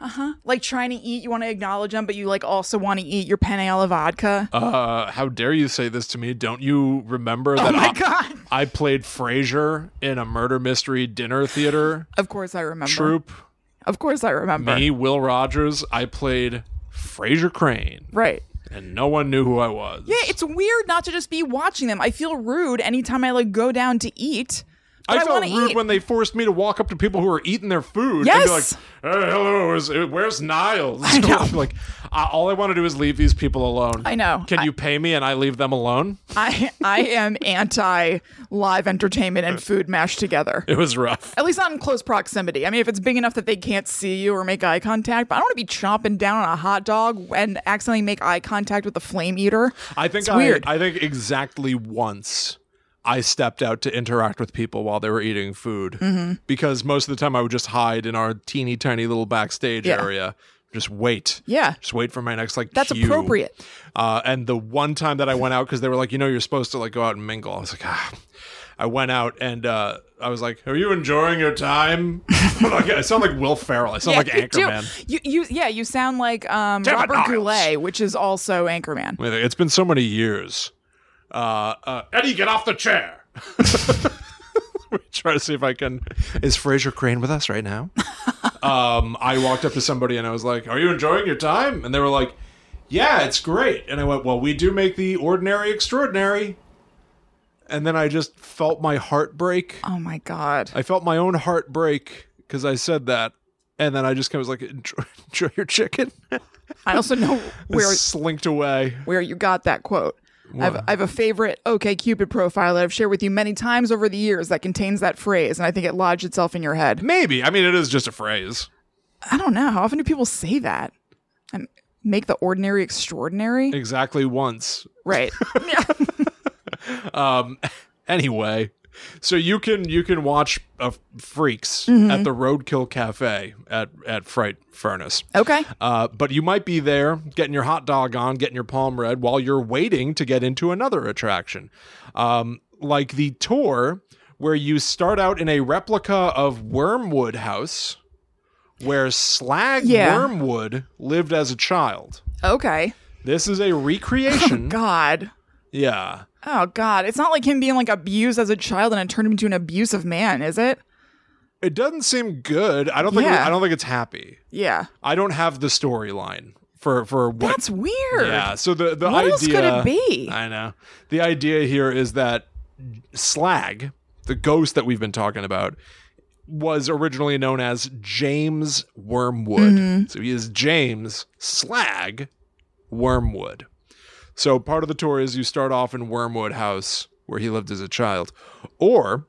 A: uh huh, like trying to eat, you want to acknowledge them, but you like also want to eat your penne alla vodka.
B: Uh, how dare you say this to me? Don't you remember that
A: Oh my
B: I,
A: God.
B: I played Frasier in a murder mystery dinner theater
A: Of course, I remember.
B: troupe?
A: Of course, I remember.
B: Me, Will Rogers, I played Frasier Crane,
A: Right.
B: and no one knew who I was.
A: Yeah, it's weird not to just be watching them. I feel rude anytime I like go down to eat. But I,
B: I felt
A: want to
B: rude
A: eat.
B: when they forced me to walk up to people who are eating their food
A: Yes.
B: and be like, "Hey, hello, where's, where's Niles?"
A: I know.
B: like, I, all I want to do is leave these people alone.
A: I know.
B: Can
A: I-
B: you pay me and I leave them alone?
A: I I am anti live entertainment and food mashed together.
B: It was rough.
A: At least not in close proximity. I mean, if it's big enough that they can't see you or make eye contact, but I don't want to be chomping down on a hot dog and accidentally make eye contact with a flame eater.
B: I think
A: It's
B: I,
A: weird.
B: I think exactly once I stepped out to interact with people while they were eating food
A: Mm-hmm.
B: because most of the time I would just hide in our teeny tiny little backstage
A: Yeah.
B: area, just wait.
A: Yeah.
B: Just wait for my next like.
A: That's
B: cue.
A: appropriate.
B: Uh, and the one time that I went out because they were like, you know, you're supposed to like go out and mingle. I was like, ah. I went out and uh, I was like, "Are you enjoying your time?" like, I sound like Will Ferrell. I sound like
A: you do.
B: Anchorman.
A: You, you, yeah, you sound like um,
B: Damn it,
A: Robert
B: Niles.
A: Goulet, which is also Anchorman.
B: Wait, It's been so many years. Uh, uh, Eddie, get off the chair. Try to see if I can. Is Fraser Crane with us right now? um, I walked up to somebody and I was like, "Are you enjoying your time?" And they were like, "Yeah, it's great." And I went, "Well, we do make the ordinary extraordinary." And then I just felt my heart break.
A: Oh my god.
B: I felt my own heart break because I said that, and then I just kind of was like, "Enjoy, enjoy your chicken."
A: I also know where
B: slinked away.
A: where you got that quote. I've, I have a favorite OK Cupid profile that I've shared with you many times over the years that contains that phrase, and I think it lodged itself in your head.
B: Maybe. I mean, it is just a phrase.
A: I don't know. How often do people say that? And make the ordinary extraordinary?
B: exactly once.
A: right. Yeah.
B: Anyway, so you can you can watch uh, Freaks
A: Mm-hmm.
B: at the Roadkill Cafe at at Fright Furnace.
A: Okay.
B: Uh, but you might be there getting your hot dog on, getting your palm read while you're waiting to get into another attraction. Um, like the tour where you start out in a replica of Wormwood House where Slag
A: Yeah.
B: Wormwood lived as a child.
A: Okay.
B: This is a recreation.
A: Oh, God.
B: yeah.
A: Oh God. It's not like him being like abused as a child and it turned him into an abusive man, is it?
B: It doesn't seem good. I don't think
A: Yeah.
B: I don't think it's happy.
A: Yeah.
B: I don't have the storyline for for what.
A: That's weird.
B: yeah. So the the
A: What
B: idea
A: else could it be?
B: I know. The idea here is that Slag, the ghost that we've been talking about, was originally known as James Wormwood.
A: Mm-hmm.
B: So he is James Slag Wormwood. So part of the tour is you start off in Wormwood House where he lived as a child, or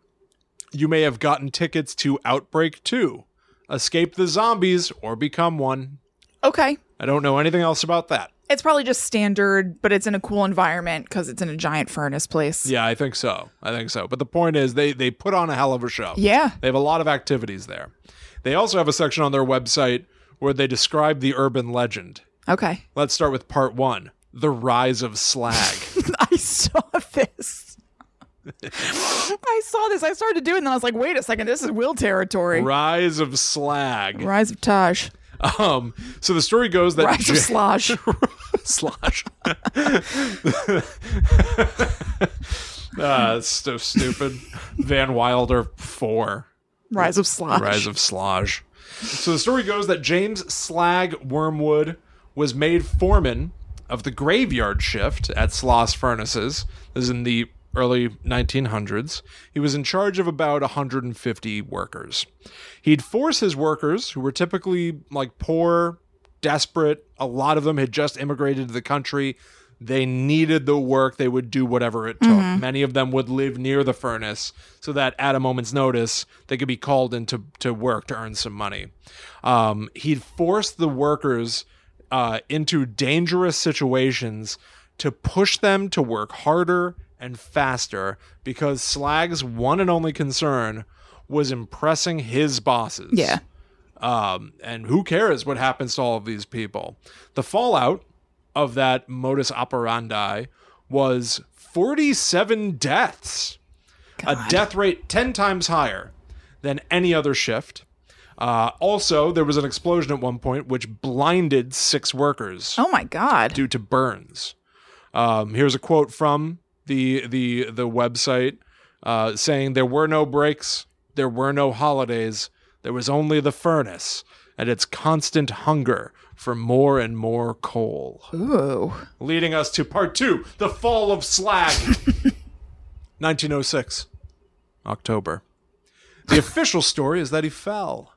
B: you may have gotten tickets to Outbreak 2, Escape the Zombies, or Become One.
A: Okay.
B: I don't know anything else about that.
A: It's probably just standard, but it's in a cool environment because it's in a giant furnace place.
B: Yeah, I think so. I think so. But the point is, they they put on a hell of a show.
A: Yeah.
B: They have a lot of activities there. They also have a section on their website where they describe the urban legend.
A: Okay.
B: Let's start with part one: the rise of slag.
A: I saw this. I saw this. I started to do it, and then I was like, wait a second, this is Will territory.
B: rise of slag.
A: Rise of Taj.
B: Um. So the story goes that
A: Rise of
B: Ja-
A: Slosh.
B: slash. Ah, it's so stupid. Van Wilder four.
A: Rise of Slosh.
B: Rise of Slosh. So the story goes that James Slag Wormwood was made foreman of the graveyard shift at Sloss Furnaces. This is in the early 1900s. He was in charge of about 150 workers. He'd force his workers, who were typically like poor, desperate, a lot of them had just immigrated to the country. They needed the work. They would do whatever it took. Many of them would live near the furnace so that at a moment's notice, they could be called into to work to earn some money. Um, he'd force the workers uh, into dangerous situations to push them to work harder and faster because Slag's one and only concern was impressing his bosses.
A: Yeah.
B: Um, and who cares what happens to all of these people? The fallout of that modus operandi was 47 deaths, a death rate 10 times higher than any other shift. Uh, also, there was an explosion at one point which blinded six workers
A: Oh my God.
B: due to burns. Um, here's a quote from the the the website uh, saying there were no breaks, there were no holidays, there was only the furnace and its constant hunger for more and more coal,
A: Ooh.
B: leading us to part two: the fall of slag. 1906, October. The official story is that he fell.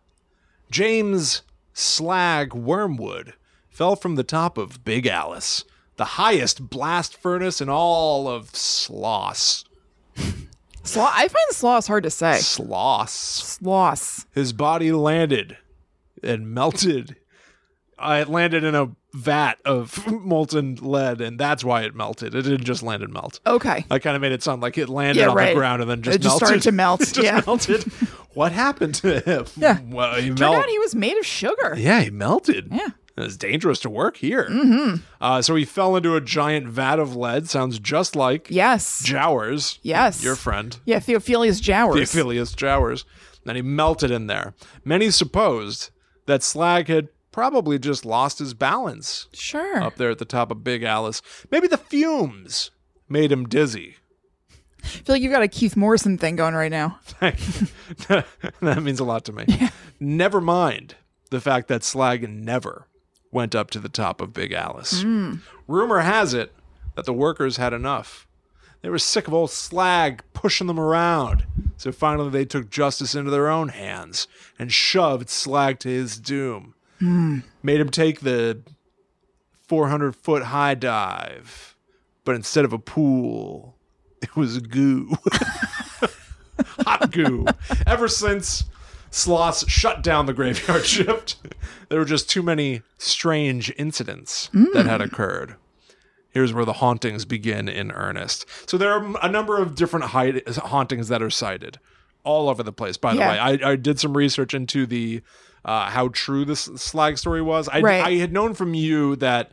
B: James Slag Wormwood fell from the top of Big Alice, the highest blast furnace in all of Sloss.
A: Sloss. I find sloss hard to say.
B: Sloss.
A: Sloss.
B: His body landed and melted. Uh, it landed in a vat of molten lead, and that's why it melted. It didn't just land and melt.
A: Okay.
B: I kind of made it sound like it landed
A: Yeah,
B: on
A: right.
B: the ground and then just
A: It just
B: melted.
A: started to melt,
B: It just
A: yeah.
B: melted. What happened to him?
A: Yeah.
B: Well, he
A: Turned
B: melted.
A: out he was made of sugar.
B: yeah, he melted.
A: Yeah.
B: It was dangerous to work here. Mm-hmm. Uh, so he fell into a giant vat of lead. Sounds just like
A: Yes.
B: Jowers.
A: Yes.
B: Your friend.
A: Yeah, Theophilus Jowers.
B: Theophilus Jowers. And he melted in there. Many supposed that Slag had probably just lost his balance
A: sure.
B: up there at the top of Big Alice. Maybe the fumes made him dizzy.
A: I feel like you've got a Keith Morrison thing going right now.
B: that means a lot to me. Never mind the fact that Slag never went up to the top of Big Alice. Rumor has it that the workers had enough. They were sick of old Slag pushing them around. So finally, they took justice into their own hands and shoved Slag to his doom. Made him take the 400 foot high dive, but instead of a pool, it was goo. hot goo. Ever since Sloss shut down the graveyard shift, there were just too many strange incidents that had occurred. Here's where the hauntings begin in earnest. So there are a number of different hide- hauntings that are cited all over the place. By the
A: Yeah.
B: way, I, I did some research into the uh, how true this slag story was. I,
A: Right.
B: I had known from you that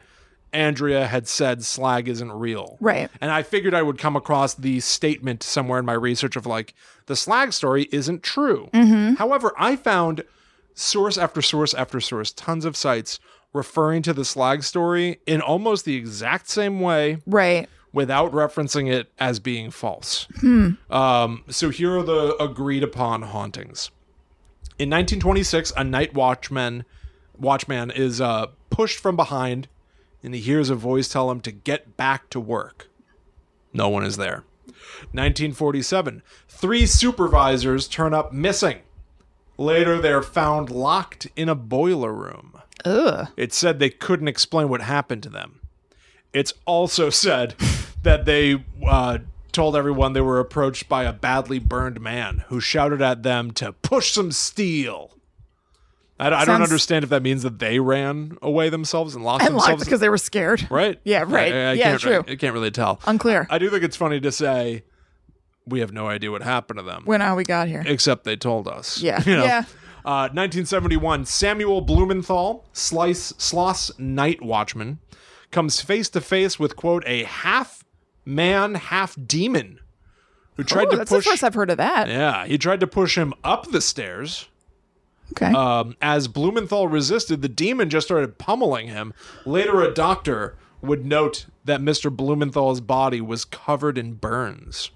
B: Andrea had said slag isn't real.
A: Right.
B: And I figured I would come across the statement somewhere in my research of like, the slag story isn't true.
A: Mm-hmm.
B: However, I found source after source after source, tons of sites referring to the slag story in almost the exact same way
A: Right.
B: without referencing it as being false. Um, so here are the agreed upon hauntings. In 1926, a night watchman watchman is uh, pushed from behind, and he hears a voice tell him to get back to work. No one is there. 1947, three supervisors turn up missing. Later, they're found locked in a boiler room.
A: Ugh.
B: It said they couldn't explain what happened to them. It's also said that they uh, told everyone they were approached by a badly burned man who shouted at them to push some steel. I, I don't
A: Sounds-
B: understand if that means that they ran away themselves and lost
A: And locked
B: themselves,
A: because they were scared.
B: right?
A: Yeah, right.
B: I, I
A: Yeah,
B: can't,
A: true.
B: I can't really tell.
A: Unclear.
B: I do think it's funny to say we have no idea what happened to them
A: when how we got here.
B: except they told us.
A: Yeah.
B: You know?
A: Yeah.
B: Uh, 1971, Samuel Blumenthal, Slice Sloss Night Watchman, comes face to face with quote a half man, half demon, who tried
A: oh,
B: to
A: that's
B: push.
A: the first I've heard of that.
B: yeah, he tried to push him up the stairs.
A: Okay.
B: Um, as Blumenthal resisted, the demon just started pummeling him. Later, a doctor would note that Mr. Blumenthal's body was covered in burns.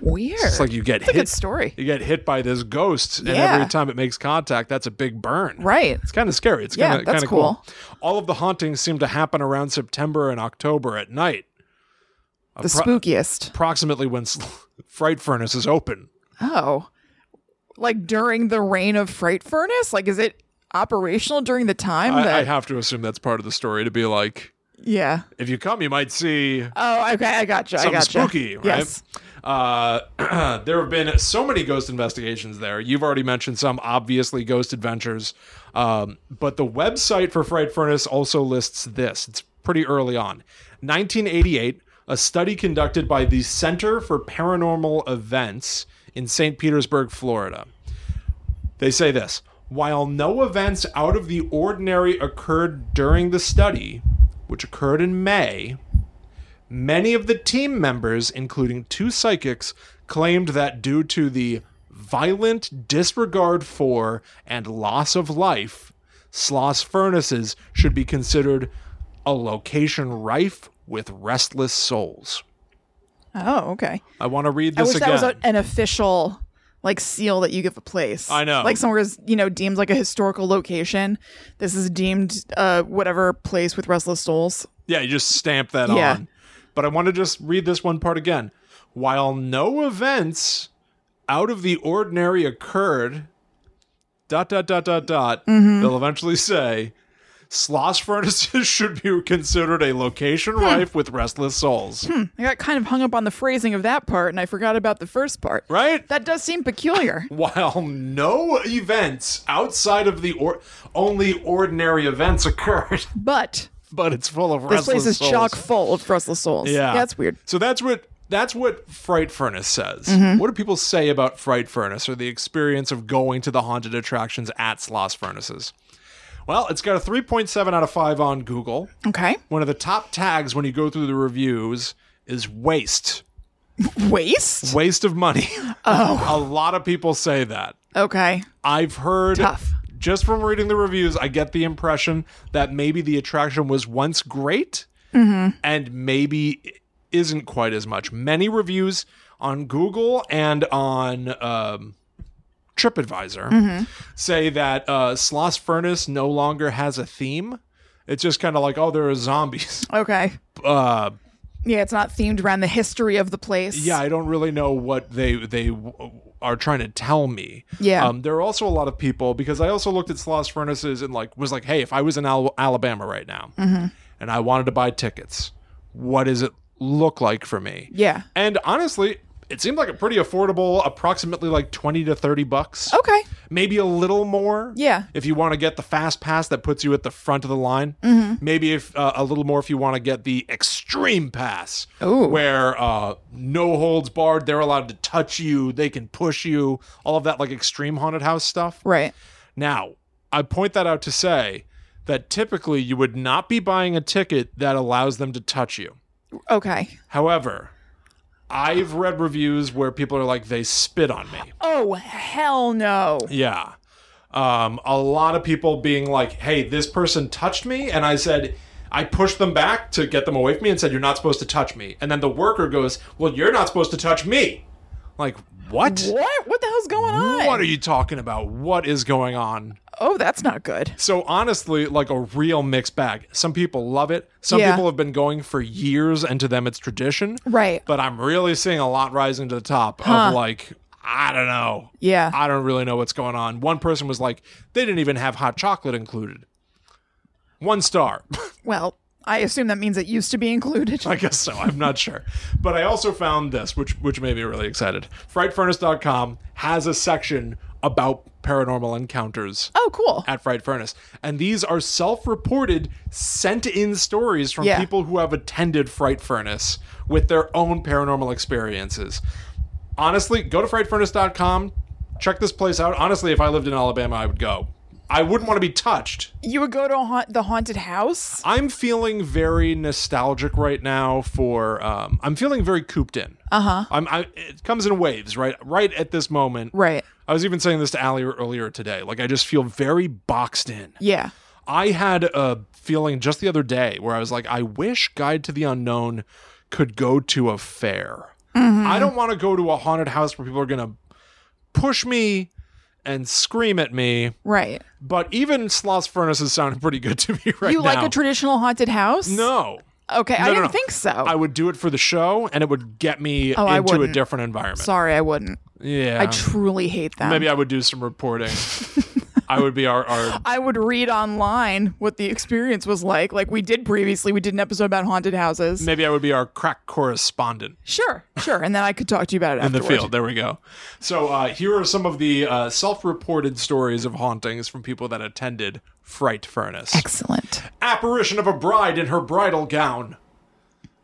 A: Weird.
B: It's like you get
A: That's a
B: hit.
A: good story.
B: you get hit by this ghost, and
A: Yeah.
B: every time it makes contact, that's a big burn.
A: Right.
B: It's kind of scary. It's
A: Yeah,
B: kind of
A: that's
B: kind of cool. All of the hauntings seem to happen around September and October at night,
A: The spookiest.
B: approximately when Sl- Fright Furnace is open.
A: Oh. Like during the reign of Fright Furnace? Like is it operational during the time that
B: I, I have to assume that's part of the story to be like,
A: Yeah.
B: if you come, you might see
A: Oh, okay, I gotcha. I
B: something
A: gotcha.
B: spooky, right?
A: Yes.
B: Uh, there have been so many ghost investigations there. You've already mentioned some, obviously, ghost adventures. Um, but the website for Fright Furnace also lists this. It's pretty early on. 1988, a study conducted by the Center for Paranormal Events in St. Petersburg, Florida. They say this while no events out of the ordinary occurred during the study, which occurred in May, many of the team members, including two psychics, claimed that due to the violent disregard for and loss of life, Sloss Furnaces should be considered a location rife with restless souls.
A: Oh, okay.
B: I want to read
A: I
B: this
A: wish
B: again.
A: that was a, an official like seal that you give a place.
B: I know.
A: Like somewhere is, you know, deemed like a historical location. This is deemed uh whatever place with restless souls.
B: Yeah, you just stamp that
A: Yeah.
B: on. But I want to just read this one part again. While no events out of the ordinary occurred, dot, dot, dot, dot, dot,
A: Mm-hmm.
B: they'll eventually say, Sloss furnaces should be considered a
A: Hmm.
B: location rife with restless souls.
A: I got kind of hung up on the phrasing of that part and I forgot about the first part.
B: Right?
A: That does seem peculiar.
B: While no events outside of the or- only ordinary events occurred,
A: But
B: but it's full of
A: this place is
B: restless souls.
A: chock full of restless souls.
B: Yeah,
A: That's weird.
B: So that's what that's what Fright Furnace says. What do people say about Fright Furnace or the experience of going to the haunted attractions at Sloss Furnaces? Well, it's got a 3.7 out of 5 on Google.
A: Okay.
B: One of the top tags when you go through the reviews is waste.
A: Waste?
B: Waste of money. Oh. a lot of people say that.
A: Okay.
B: I've heard
A: Tough.
B: just from reading the reviews, I get the impression that maybe the attraction was once great and maybe isn't quite as much. Many reviews on Google and on um, TripAdvisor say that uh, Sloss Furnace no longer has a theme. It's just kind of like, oh, there are zombies.
A: Okay.
B: Uh,
A: Yeah, it's not themed around the history of the place.
B: yeah, I don't really know what they they w- are trying to tell me.
A: Yeah.
B: Um, there are also a lot of people because I also looked at Sloss Furnaces and like was like, hey, if I was in Al- Alabama right now and I wanted to buy tickets, what does it look like for me?
A: Yeah.
B: And honestly, it seemed like a pretty affordable, approximately like twenty to thirty bucks.
A: Okay.
B: Maybe a little more.
A: Yeah.
B: If you want to get the fast pass that puts you at the front of the line,
A: Mm-hmm.
B: maybe if uh, a little more if you want to get the extreme pass,
A: Ooh.
B: where uh, no holds barred, they're allowed to touch you, they can push you, all of that like extreme haunted house stuff.
A: Right.
B: Now, I point that out to say that typically you would not be buying a ticket that allows them to touch you.
A: Okay.
B: However, I've read reviews where people are like, they spit on me.
A: Oh, hell no.
B: Yeah. Um, a lot of people being like, hey, this person touched me. And I said, I pushed them back to get them away from me and said, you're not supposed to touch me. And then the worker goes, well, you're not supposed to touch me. Like, what?
A: What? What the hell's going on?
B: What are you talking about? What is going on?
A: oh, that's not good.
B: So honestly, like a real mixed bag. Some people love it. Some
A: Yeah.
B: people have been going for years, and to them it's tradition.
A: Right.
B: But I'm really seeing a lot rising to the top of like, I don't know.
A: Yeah.
B: I don't really know what's going on. One person was like, they didn't even have hot chocolate included. One star.
A: Well, I assume that means it used to be included.
B: I guess so. I'm not sure. But I also found this, which which made me really excited. Frightfurnace.com has a section about paranormal encounters
A: Oh, cool.
B: at Fried Furnace. And these are self reported, sent in stories from
A: Yeah.
B: people who have attended Fright Furnace with their own paranormal experiences. Honestly, go to frightfurnace.com, check this place out. Honestly, if I lived in Alabama, I would go. I wouldn't want to be touched.
A: You would go to a haunt- the haunted house?
B: I'm feeling very nostalgic right now for um I'm feeling very cooped in. Uh-huh. I'm I it comes in waves, right? Right at this moment.
A: Right.
B: I was even saying this to Allie earlier today. Like I just feel very boxed in.
A: Yeah.
B: I had a feeling just the other day where I was like, I wish Guide to the Unknown could go to a fair.
A: Mm-hmm.
B: I don't want to go to a haunted house where people are going to push me and scream at me.
A: Right.
B: But even Sloss Furnace is sounding pretty good to me right
A: You
B: now.
A: like a traditional haunted house?
B: no.
A: Okay, I
B: no,
A: didn't
B: no.
A: think so. Oh,
B: I would do it for the show and it would get me
A: I
B: into a
A: wouldn't.
B: different environment.
A: Sorry, I wouldn't.
B: yeah.
A: I truly hate that.
B: Maybe I would do some reporting. I would be our, our
A: I would read online what the experience was like. Like we did previously, we did an episode about haunted houses.
B: maybe I would be our crack correspondent.
A: Sure, sure. And then I could talk to you about it
B: in the
A: afterwards.
B: field. There we go. So uh, here are some of the uh, self-reported stories of hauntings from people that attended Fright Furnace.
A: Excellent.
B: Apparition of a bride in her bridal gown.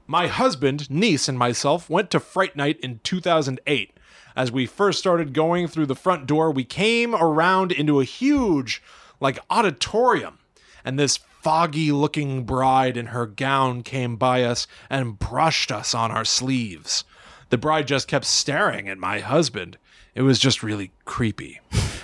B: My husband, niece, and myself went to Fright Night in 2008. As we first started going through the front door, we came around into a huge, like, auditorium. And this foggy looking bride in her gown came by us and brushed us on our sleeves. The bride just kept staring at my husband. It was just really creepy.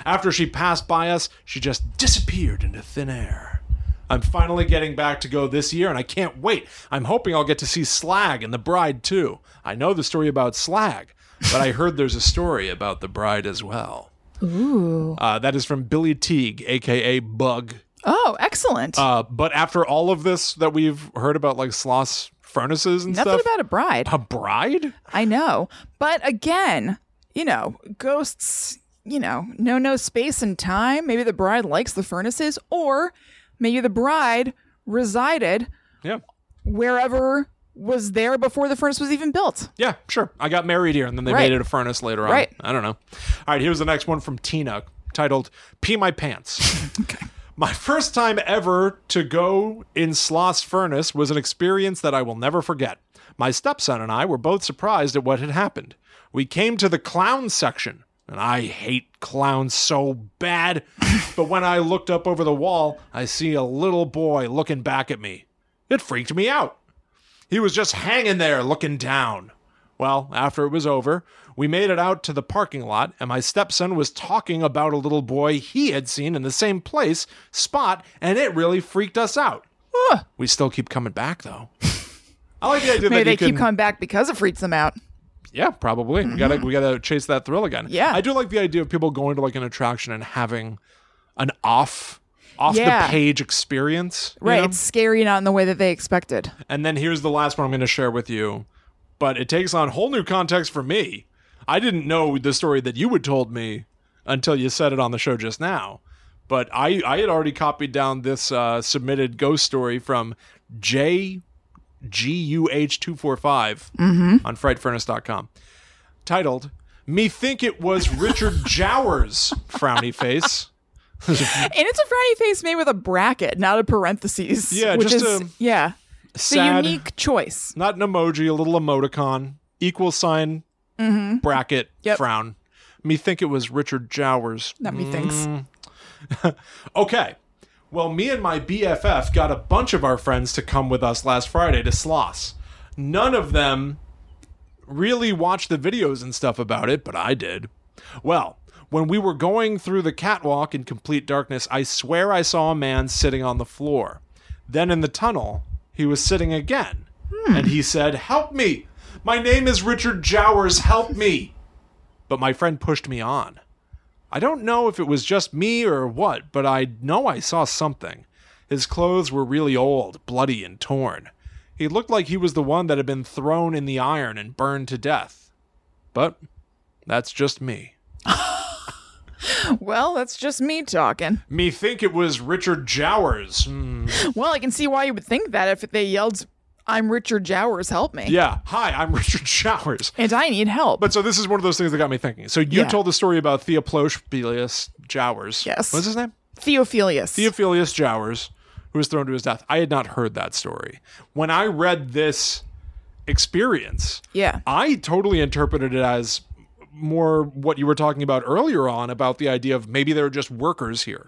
B: After she passed by us, she just disappeared into thin air. I'm finally getting back to go this year, and I can't wait. I'm hoping I'll get to see Slag and the bride too. I know the story about Slag, but I heard there's a story about the bride as well. Ooh. Uh, that is from Billy Teague, aka Bug.
A: Oh, excellent.
B: Uh, but after all of this that we've heard about, like sloss furnaces and
A: Nothing
B: stuff,
A: about a bride.
B: a bride?
A: I know. But again, you know, ghosts, you know, no, no space and time. Maybe the bride likes the furnaces, or maybe the bride resided
B: Yeah.
A: wherever was there before the furnace was even built.
B: Yeah, sure. I got married here and then they
A: Right.
B: made it a furnace later on.
A: Right.
B: I don't know. All right, here's the next one from Tina titled Pee My Pants.
A: Okay.
B: My first time ever to go in Sloss Furnace was an experience that I will never forget. My stepson and I were both surprised at what had happened. We came to the clown section, and I hate clowns so bad. but when I looked up over the wall, I see a little boy looking back at me. It freaked me out. He was just hanging there looking down. Well, after it was over, we made it out to the parking lot, and my stepson was talking about a little boy he had seen in the same place, spot, and it really freaked us out.
A: Huh.
B: We still keep coming back, though. I like the idea
A: Maybe
B: that
A: they
B: you
A: keep
B: can-
A: coming back because it freaks them out.
B: Yeah, probably. We gotta we gotta chase that thrill again.
A: Yeah.
B: I do like the idea of people going to like an attraction and having an off off
A: Yeah.
B: the page experience. you
A: Right.
B: know?
A: It's scary, not in the way that they expected.
B: And then here's the last one I'm going to share with you, but it takes on whole new context for me. I didn't know the story that you had told me until you said it on the show just now. But I, I had already copied down this uh, submitted ghost story from J G U H 245 on frightfurnace.com titled, Me Think It Was Richard Jowers, frowny face.
A: And it's a frowny face made with a bracket, not a parentheses.
B: Yeah,
A: which
B: just
A: is
B: a
A: yeah, it's a
B: Sad.
A: unique choice.
B: not an emoji, a little emoticon, equal sign, bracket,
A: Yep.
B: frown. Me think it was Richard Jowers.
A: That methinks.
B: Mm. Okay. Well, me and my BFF got a bunch of our friends to come with us last Friday to Sloss. None of them really watched the videos and stuff about it, but I did. Well, when we were going through the catwalk in complete darkness, I swear I saw a man sitting on the floor. Then in the tunnel, he was sitting again, and he said, Help me! My name is Richard Jowers, help me! But my friend pushed me on. I don't know if it was just me or what, but I know I saw something. His clothes were really old, bloody, and torn. He looked like he was the one that had been thrown in the iron and burned to death. But that's just me.
A: Well, that's just me talking.
B: Me think it was Richard Jowers. Hmm.
A: Well, I can see why you would think that if they yelled, "I'm Richard Jowers, help me,"
B: Yeah, hi, I'm Richard Jowers.
A: and I need help.
B: But so this is one of those things that got me thinking. So you
A: Yeah.
B: told the story about Theophilus Jowers.
A: Yes.
B: What's his name?
A: Theophilus.
B: Theophilus Jowers, who was thrown to his death. I had not heard that story. When I read this experience,
A: yeah.
B: I totally interpreted it as more what you were talking about earlier on about the idea of maybe there are just workers here.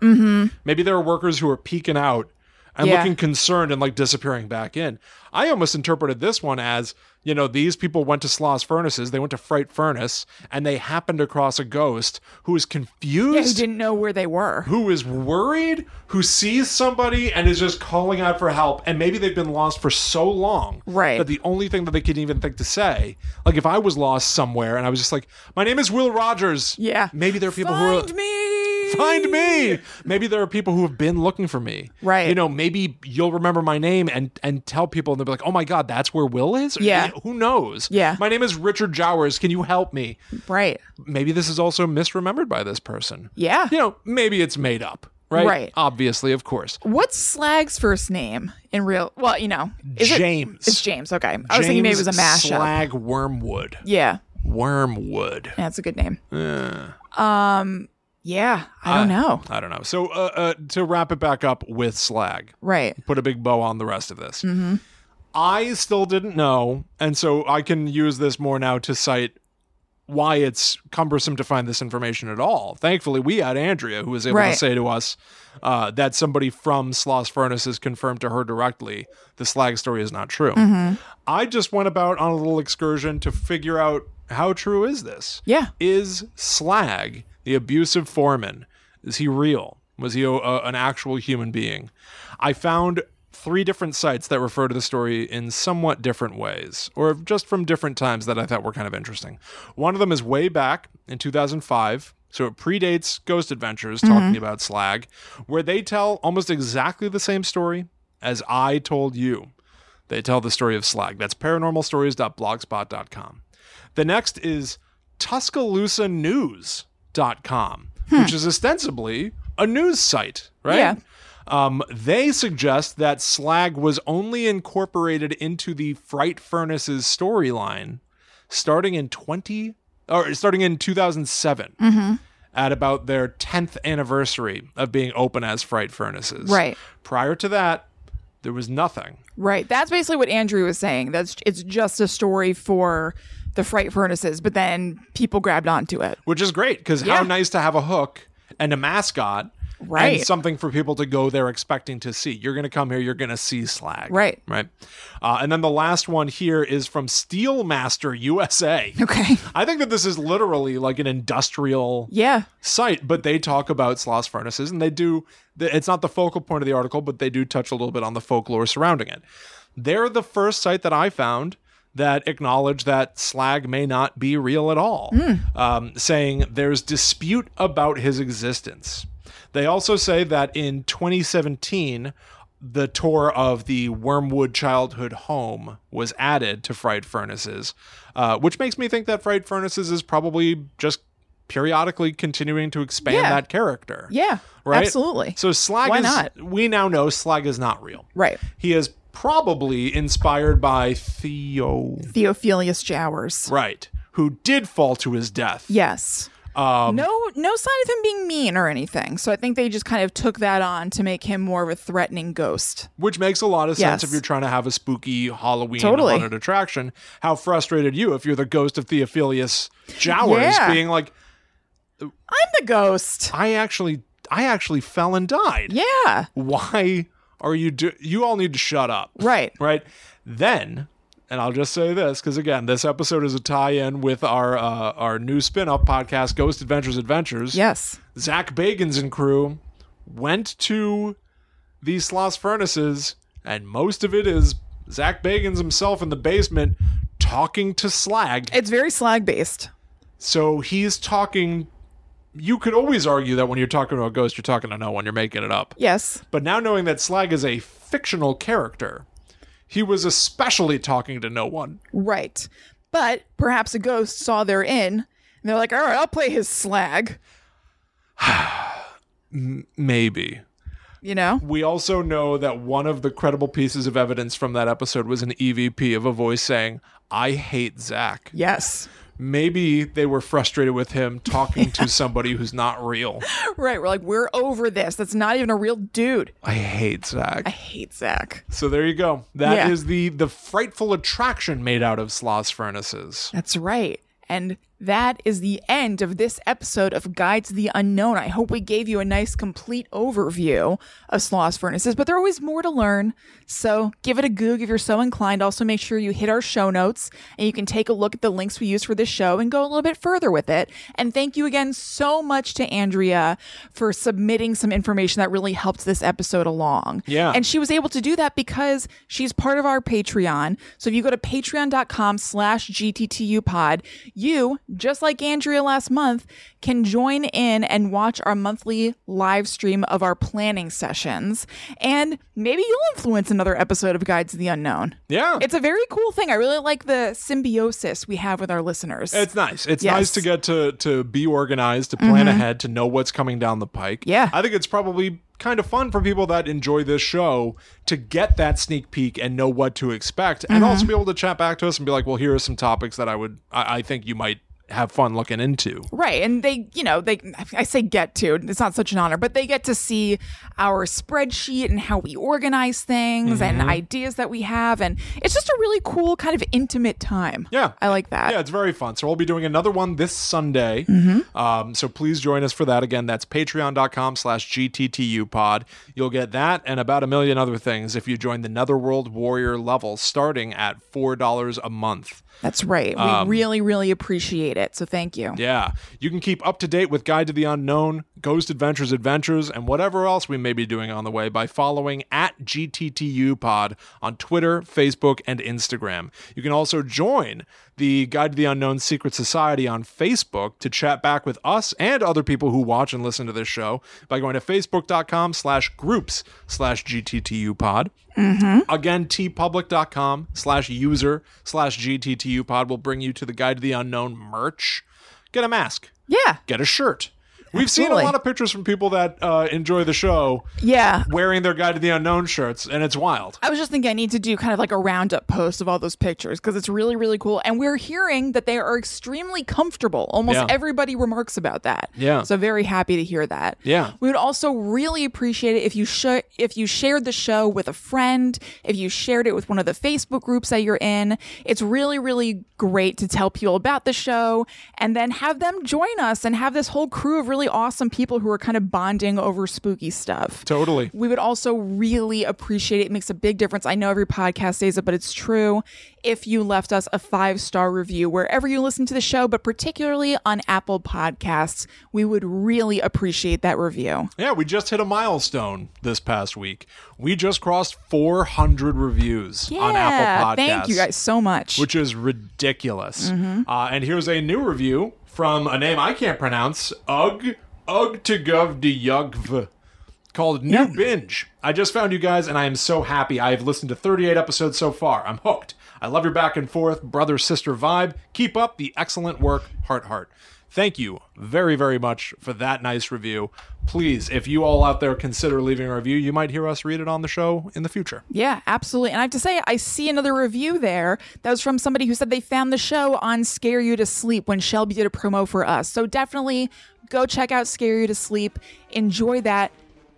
B: Maybe there are workers who are peeking out and
A: Mm-hmm. Yeah.
B: looking concerned and like disappearing back in. I almost interpreted this one as, you know, these people went to Sloss Furnaces, they went to Fright Furnace, and they happened across a ghost who is
A: Yeah, who
B: confused
A: didn't know where they were.
B: who is worried, who sees somebody and is just calling out for help, and maybe they've been lost for so long
A: Right.
B: that the only thing that they can even think to say, like if I was lost somewhere and I was just like, "My name is Will Rogers,"
A: Yeah.
B: maybe there are people who are
A: Find me.
B: find me. Maybe there are people who have been looking for me.
A: Right.
B: You know, maybe you'll remember my name and and tell people, and they'll be like, "Oh my God, that's where Will is." Or,
A: Yeah.
B: Who knows?
A: Yeah.
B: My name is Richard Jowers. Can you help me?
A: Right.
B: Maybe this is also misremembered by this person
A: Yeah.
B: you know, maybe it's made up, right?
A: Right.
B: Obviously, of course.
A: What's Slag's first name in real? Well, you know, is it?
B: James.
A: It's James. Okay. I was thinking maybe it was a mashup.
B: Slag Wormwood.
A: Yeah.
B: Wormwood.
A: Yeah, That's a good name. Um. Yeah. I don't know.
B: I don't know. So, uh, uh, to wrap it back up with Slag,
A: Right.
B: put a big bow on the rest of this. I still didn't know, and so I can use this more now to cite why it's cumbersome to find this information at all. Thankfully, we had Andrea who was able to
A: Right.
B: say to us uh, that somebody from Sloss Furnaces confirmed to her directly the slag story is not true. I just went about on a little excursion to figure out how true is this
A: Yeah.
B: is Slag the abusive foreman? Is he real? Was he a, a- an actual human being? I found three different sites that refer to the story in somewhat different ways, or just from different times that I thought were kind of interesting. One of them is way back in 2005. So it predates Ghost Adventures, talking about Slag, where they tell almost exactly the same story as I told you. They tell the story of Slag. That's paranormalstories.blogspot.com. The next is tuscaloosanews.com, which is ostensibly a news site, right?
A: Hmm. Yeah.
B: Um, they suggest that slag was only incorporated into the Fright Furnaces storyline starting in 20 or starting in 2007
A: Mm-hmm.
B: at about their 10th anniversary of being open as Fright Furnaces.
A: Right.
B: Prior to that, there was nothing.
A: Right. That's basically what Andrew was saying. That's it's just a story for the fright furnaces, but then people grabbed onto it.
B: which is great because
A: Yeah.
B: how nice to have a hook and a mascot
A: Right.
B: and something for people to go there expecting to see you're gonna come here you're gonna see slag
A: Right.
B: right uh, and then the last one here is from steelmaster usa
A: Okay.
B: i think that this is literally like an industrial
A: Yeah.
B: site but they talk about sloss furnaces and they do th- it's not the focal point of the article but they do touch a little bit on the folklore surrounding it they're the first site that i found that acknowledge that slag may not be real at all um, saying there's dispute about his existence they also say that in 2017 the tour of the Wormwood childhood home was added to Fright Furnaces, uh, which makes me think that Fright Furnaces is probably just periodically continuing to expand
A: Yeah.
B: that character.
A: Yeah.
B: Right?
A: Absolutely.
B: So Slag
A: Why
B: is
A: not?
B: we now know Slag is not real.
A: Right.
B: He is probably inspired by Theo
A: Theophilus Jowers.
B: Right, who did fall to his death.
A: Yes.
B: Um,
A: no no sign of him being mean or anything. So I think they just kind of took that on to make him more of a threatening ghost.
B: Which makes a lot of
A: Yes.
B: sense if you're trying to have a spooky Halloween
A: Totally.
B: haunted attraction. How frustrated you if you're the ghost of Theophilus Jowers
A: Yeah.
B: being like,
A: I'm the ghost.
B: I actually I actually fell and died.
A: Yeah.
B: Why are you do you all need to shut up.
A: Right.
B: Right? Then and I'll just say this because again, this episode is a tie-in with our uh, our new spin-off podcast, Ghost Adventures Adventures.
A: Yes.
B: Zach Bagans and crew went to the Sloss Furnaces, and most of it is Zach Bagans himself in the basement talking to Slag.
A: It's very slag based.
B: So he's talking. You could always argue that when you're talking to a ghost, you're talking to no one, you're making it up.
A: Yes.
B: But now knowing that Slag is a fictional character, he was especially talking to no one.
A: Right. But perhaps a ghost saw their in and they're like, all right, I'll play his slag,
B: Maybe.
A: you know?
B: We also know that one of the credible pieces of evidence from that episode was an EVP of a voice saying, I hate Zach.
A: Yes.
B: Maybe they were frustrated with him talking to somebody who's not real.
A: Right. We're like, we're over this. That's not even a real dude.
B: I hate
A: I
B: Zach.
A: hate Zach.
B: So there you go. That is
A: Yeah.
B: the the frightful attraction made out of Sloss furnaces.
A: That's right. And that is the end of this episode of Guide to the Unknown. I hope we gave you a nice, complete overview of Sloss Furnaces, but there are always more to learn. So give it a goog if you're so inclined. Also, make sure you hit our show notes and you can take a look at the links we use for this show and go a little bit further with it. And thank you again so much to Andrea for submitting some information that really helped this episode along.
B: Yeah.
A: And she was able to do that because she's part of our patreon so if you go to patreon.com slash gttu pod you just like andrea last month can join in and watch our monthly live stream of our planning sessions and maybe you'll influence another episode of guides to the unknown
B: Yeah. It's,
A: it's a very cool thing i really like the symbiosis we have with our listeners
B: nice. It's
A: Yes. Mm-hmm.
B: nice to get to to be organized, to plan ahead, to know what's coming down the pike.
A: Yeah.
B: I think it's probably kind of fun for people that enjoy this show to get that sneak peek and know what to expect and also
A: Mm-hmm.
B: be able to chat back to us and be like, well, here are some topics that I would I, I think you might have fun looking into.
A: Right. And they, you know, they, I say get to, it's not such an honor, but they get to see our spreadsheet and how we organize things
B: Mm-hmm.
A: and ideas that we have. And it's just a really cool, kind of intimate time.
B: Yeah.
A: I like that.
B: Yeah, it's very fun. So we'll be doing another one this Sunday. Um, so please join us for that. Again, that's patreon.com slash gttupod. You'll get that and about a million other things if you join the Netherworld Warrior level starting at $4 a month.
A: That's right. We
B: Um,
A: really, really appreciate it. So thank you.
B: Yeah. You can keep up to date with Guide to the Unknown, Ghost Adventures Adventures, and whatever else we may be doing on the way by following at GTTUpod on Twitter, Facebook, and Instagram. You can also join the Guide to the Unknown Secret Society on Facebook to chat back with us and other people who watch and listen to this show by going to facebook.com slash groups slash GTTUpod. Again, tpublic.com slash user slash GTTU pod will bring you to the Guide to the Unknown merch. get a mask,
A: Yeah.
B: get a shirt. We've seen a
A: Absolutely.
B: lot of pictures from people that uh, enjoy the show
A: Yeah.
B: wearing their Guide to the Unknown shirts, and it's wild.
A: I was just thinking I need to do kind of like a roundup post of all those pictures because it's really, really cool. And we're hearing that they are extremely comfortable. Almost
B: Yeah.
A: everybody remarks about that.
B: Yeah.
A: So very happy to hear that.
B: Yeah.
A: We would also really appreciate it if you sh- if you shared the show with a friend, if you shared it with one of the Facebook groups that you're in. It's really, really great to tell people about the show and then have them join us and have this whole crew of really awesome people who are kind of bonding over spooky stuff.
B: Totally.
A: We would also really appreciate it. It makes a big difference. I know every podcast says it, but it's true. If you left us a five star review wherever you listen to the show, but particularly on Apple Podcasts, we would really appreciate that review.
B: Yeah, we just hit a milestone this past week. We just crossed 400 reviews on Apple Podcasts.
A: Thank you guys so much.
B: Which is ridiculous. Uh, and here's a new review from a name I can't pronounce Ug Ug to Gov de Yugv called New Binge. I just found you guys and I am so happy. I have listened to 38 episodes so far. I'm hooked. I love your back and forth, brother sister vibe. Keep up the excellent work. Heart, heart. Thank you very, very much for that nice review. Please, if you all out there consider leaving a review, you might hear us read it on the show in the future.
A: yeah, absolutely. And I have to say, I see another review there that was from somebody who said they found the show on Scare You to Sleep when Shelby did a promo for us. So definitely go check out Scare You to Sleep. Enjoy that.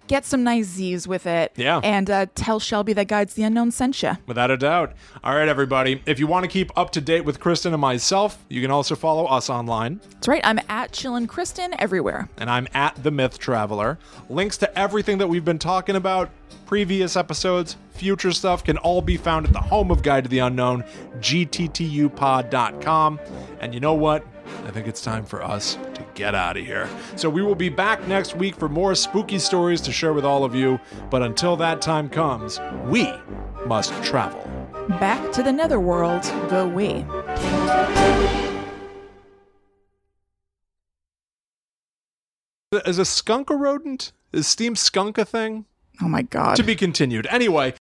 A: Get some nice Z's with it.
B: Yeah.
A: And uh, tell Shelby that Guides the Unknown sent you.
B: Without a doubt. All right, everybody. If you want to keep up to date with Kristen and myself, you can also follow us online.
A: That's right. I'm at Chillin' Kristen everywhere.
B: And I'm at The Myth Traveler. Links to everything that we've been talking about, previous episodes, future stuff, can all be found at the home of Guide to the Unknown, gttupod.com. And you know what? I think it's time for us to get out of here. So we will be back next week for more spooky stories to share with all of you. But until that time comes, we must travel.
A: Back to the netherworld go we.
B: Is a skunk a rodent? Is steam skunk a thing?
A: Oh my God.
B: To be continued. Anyway,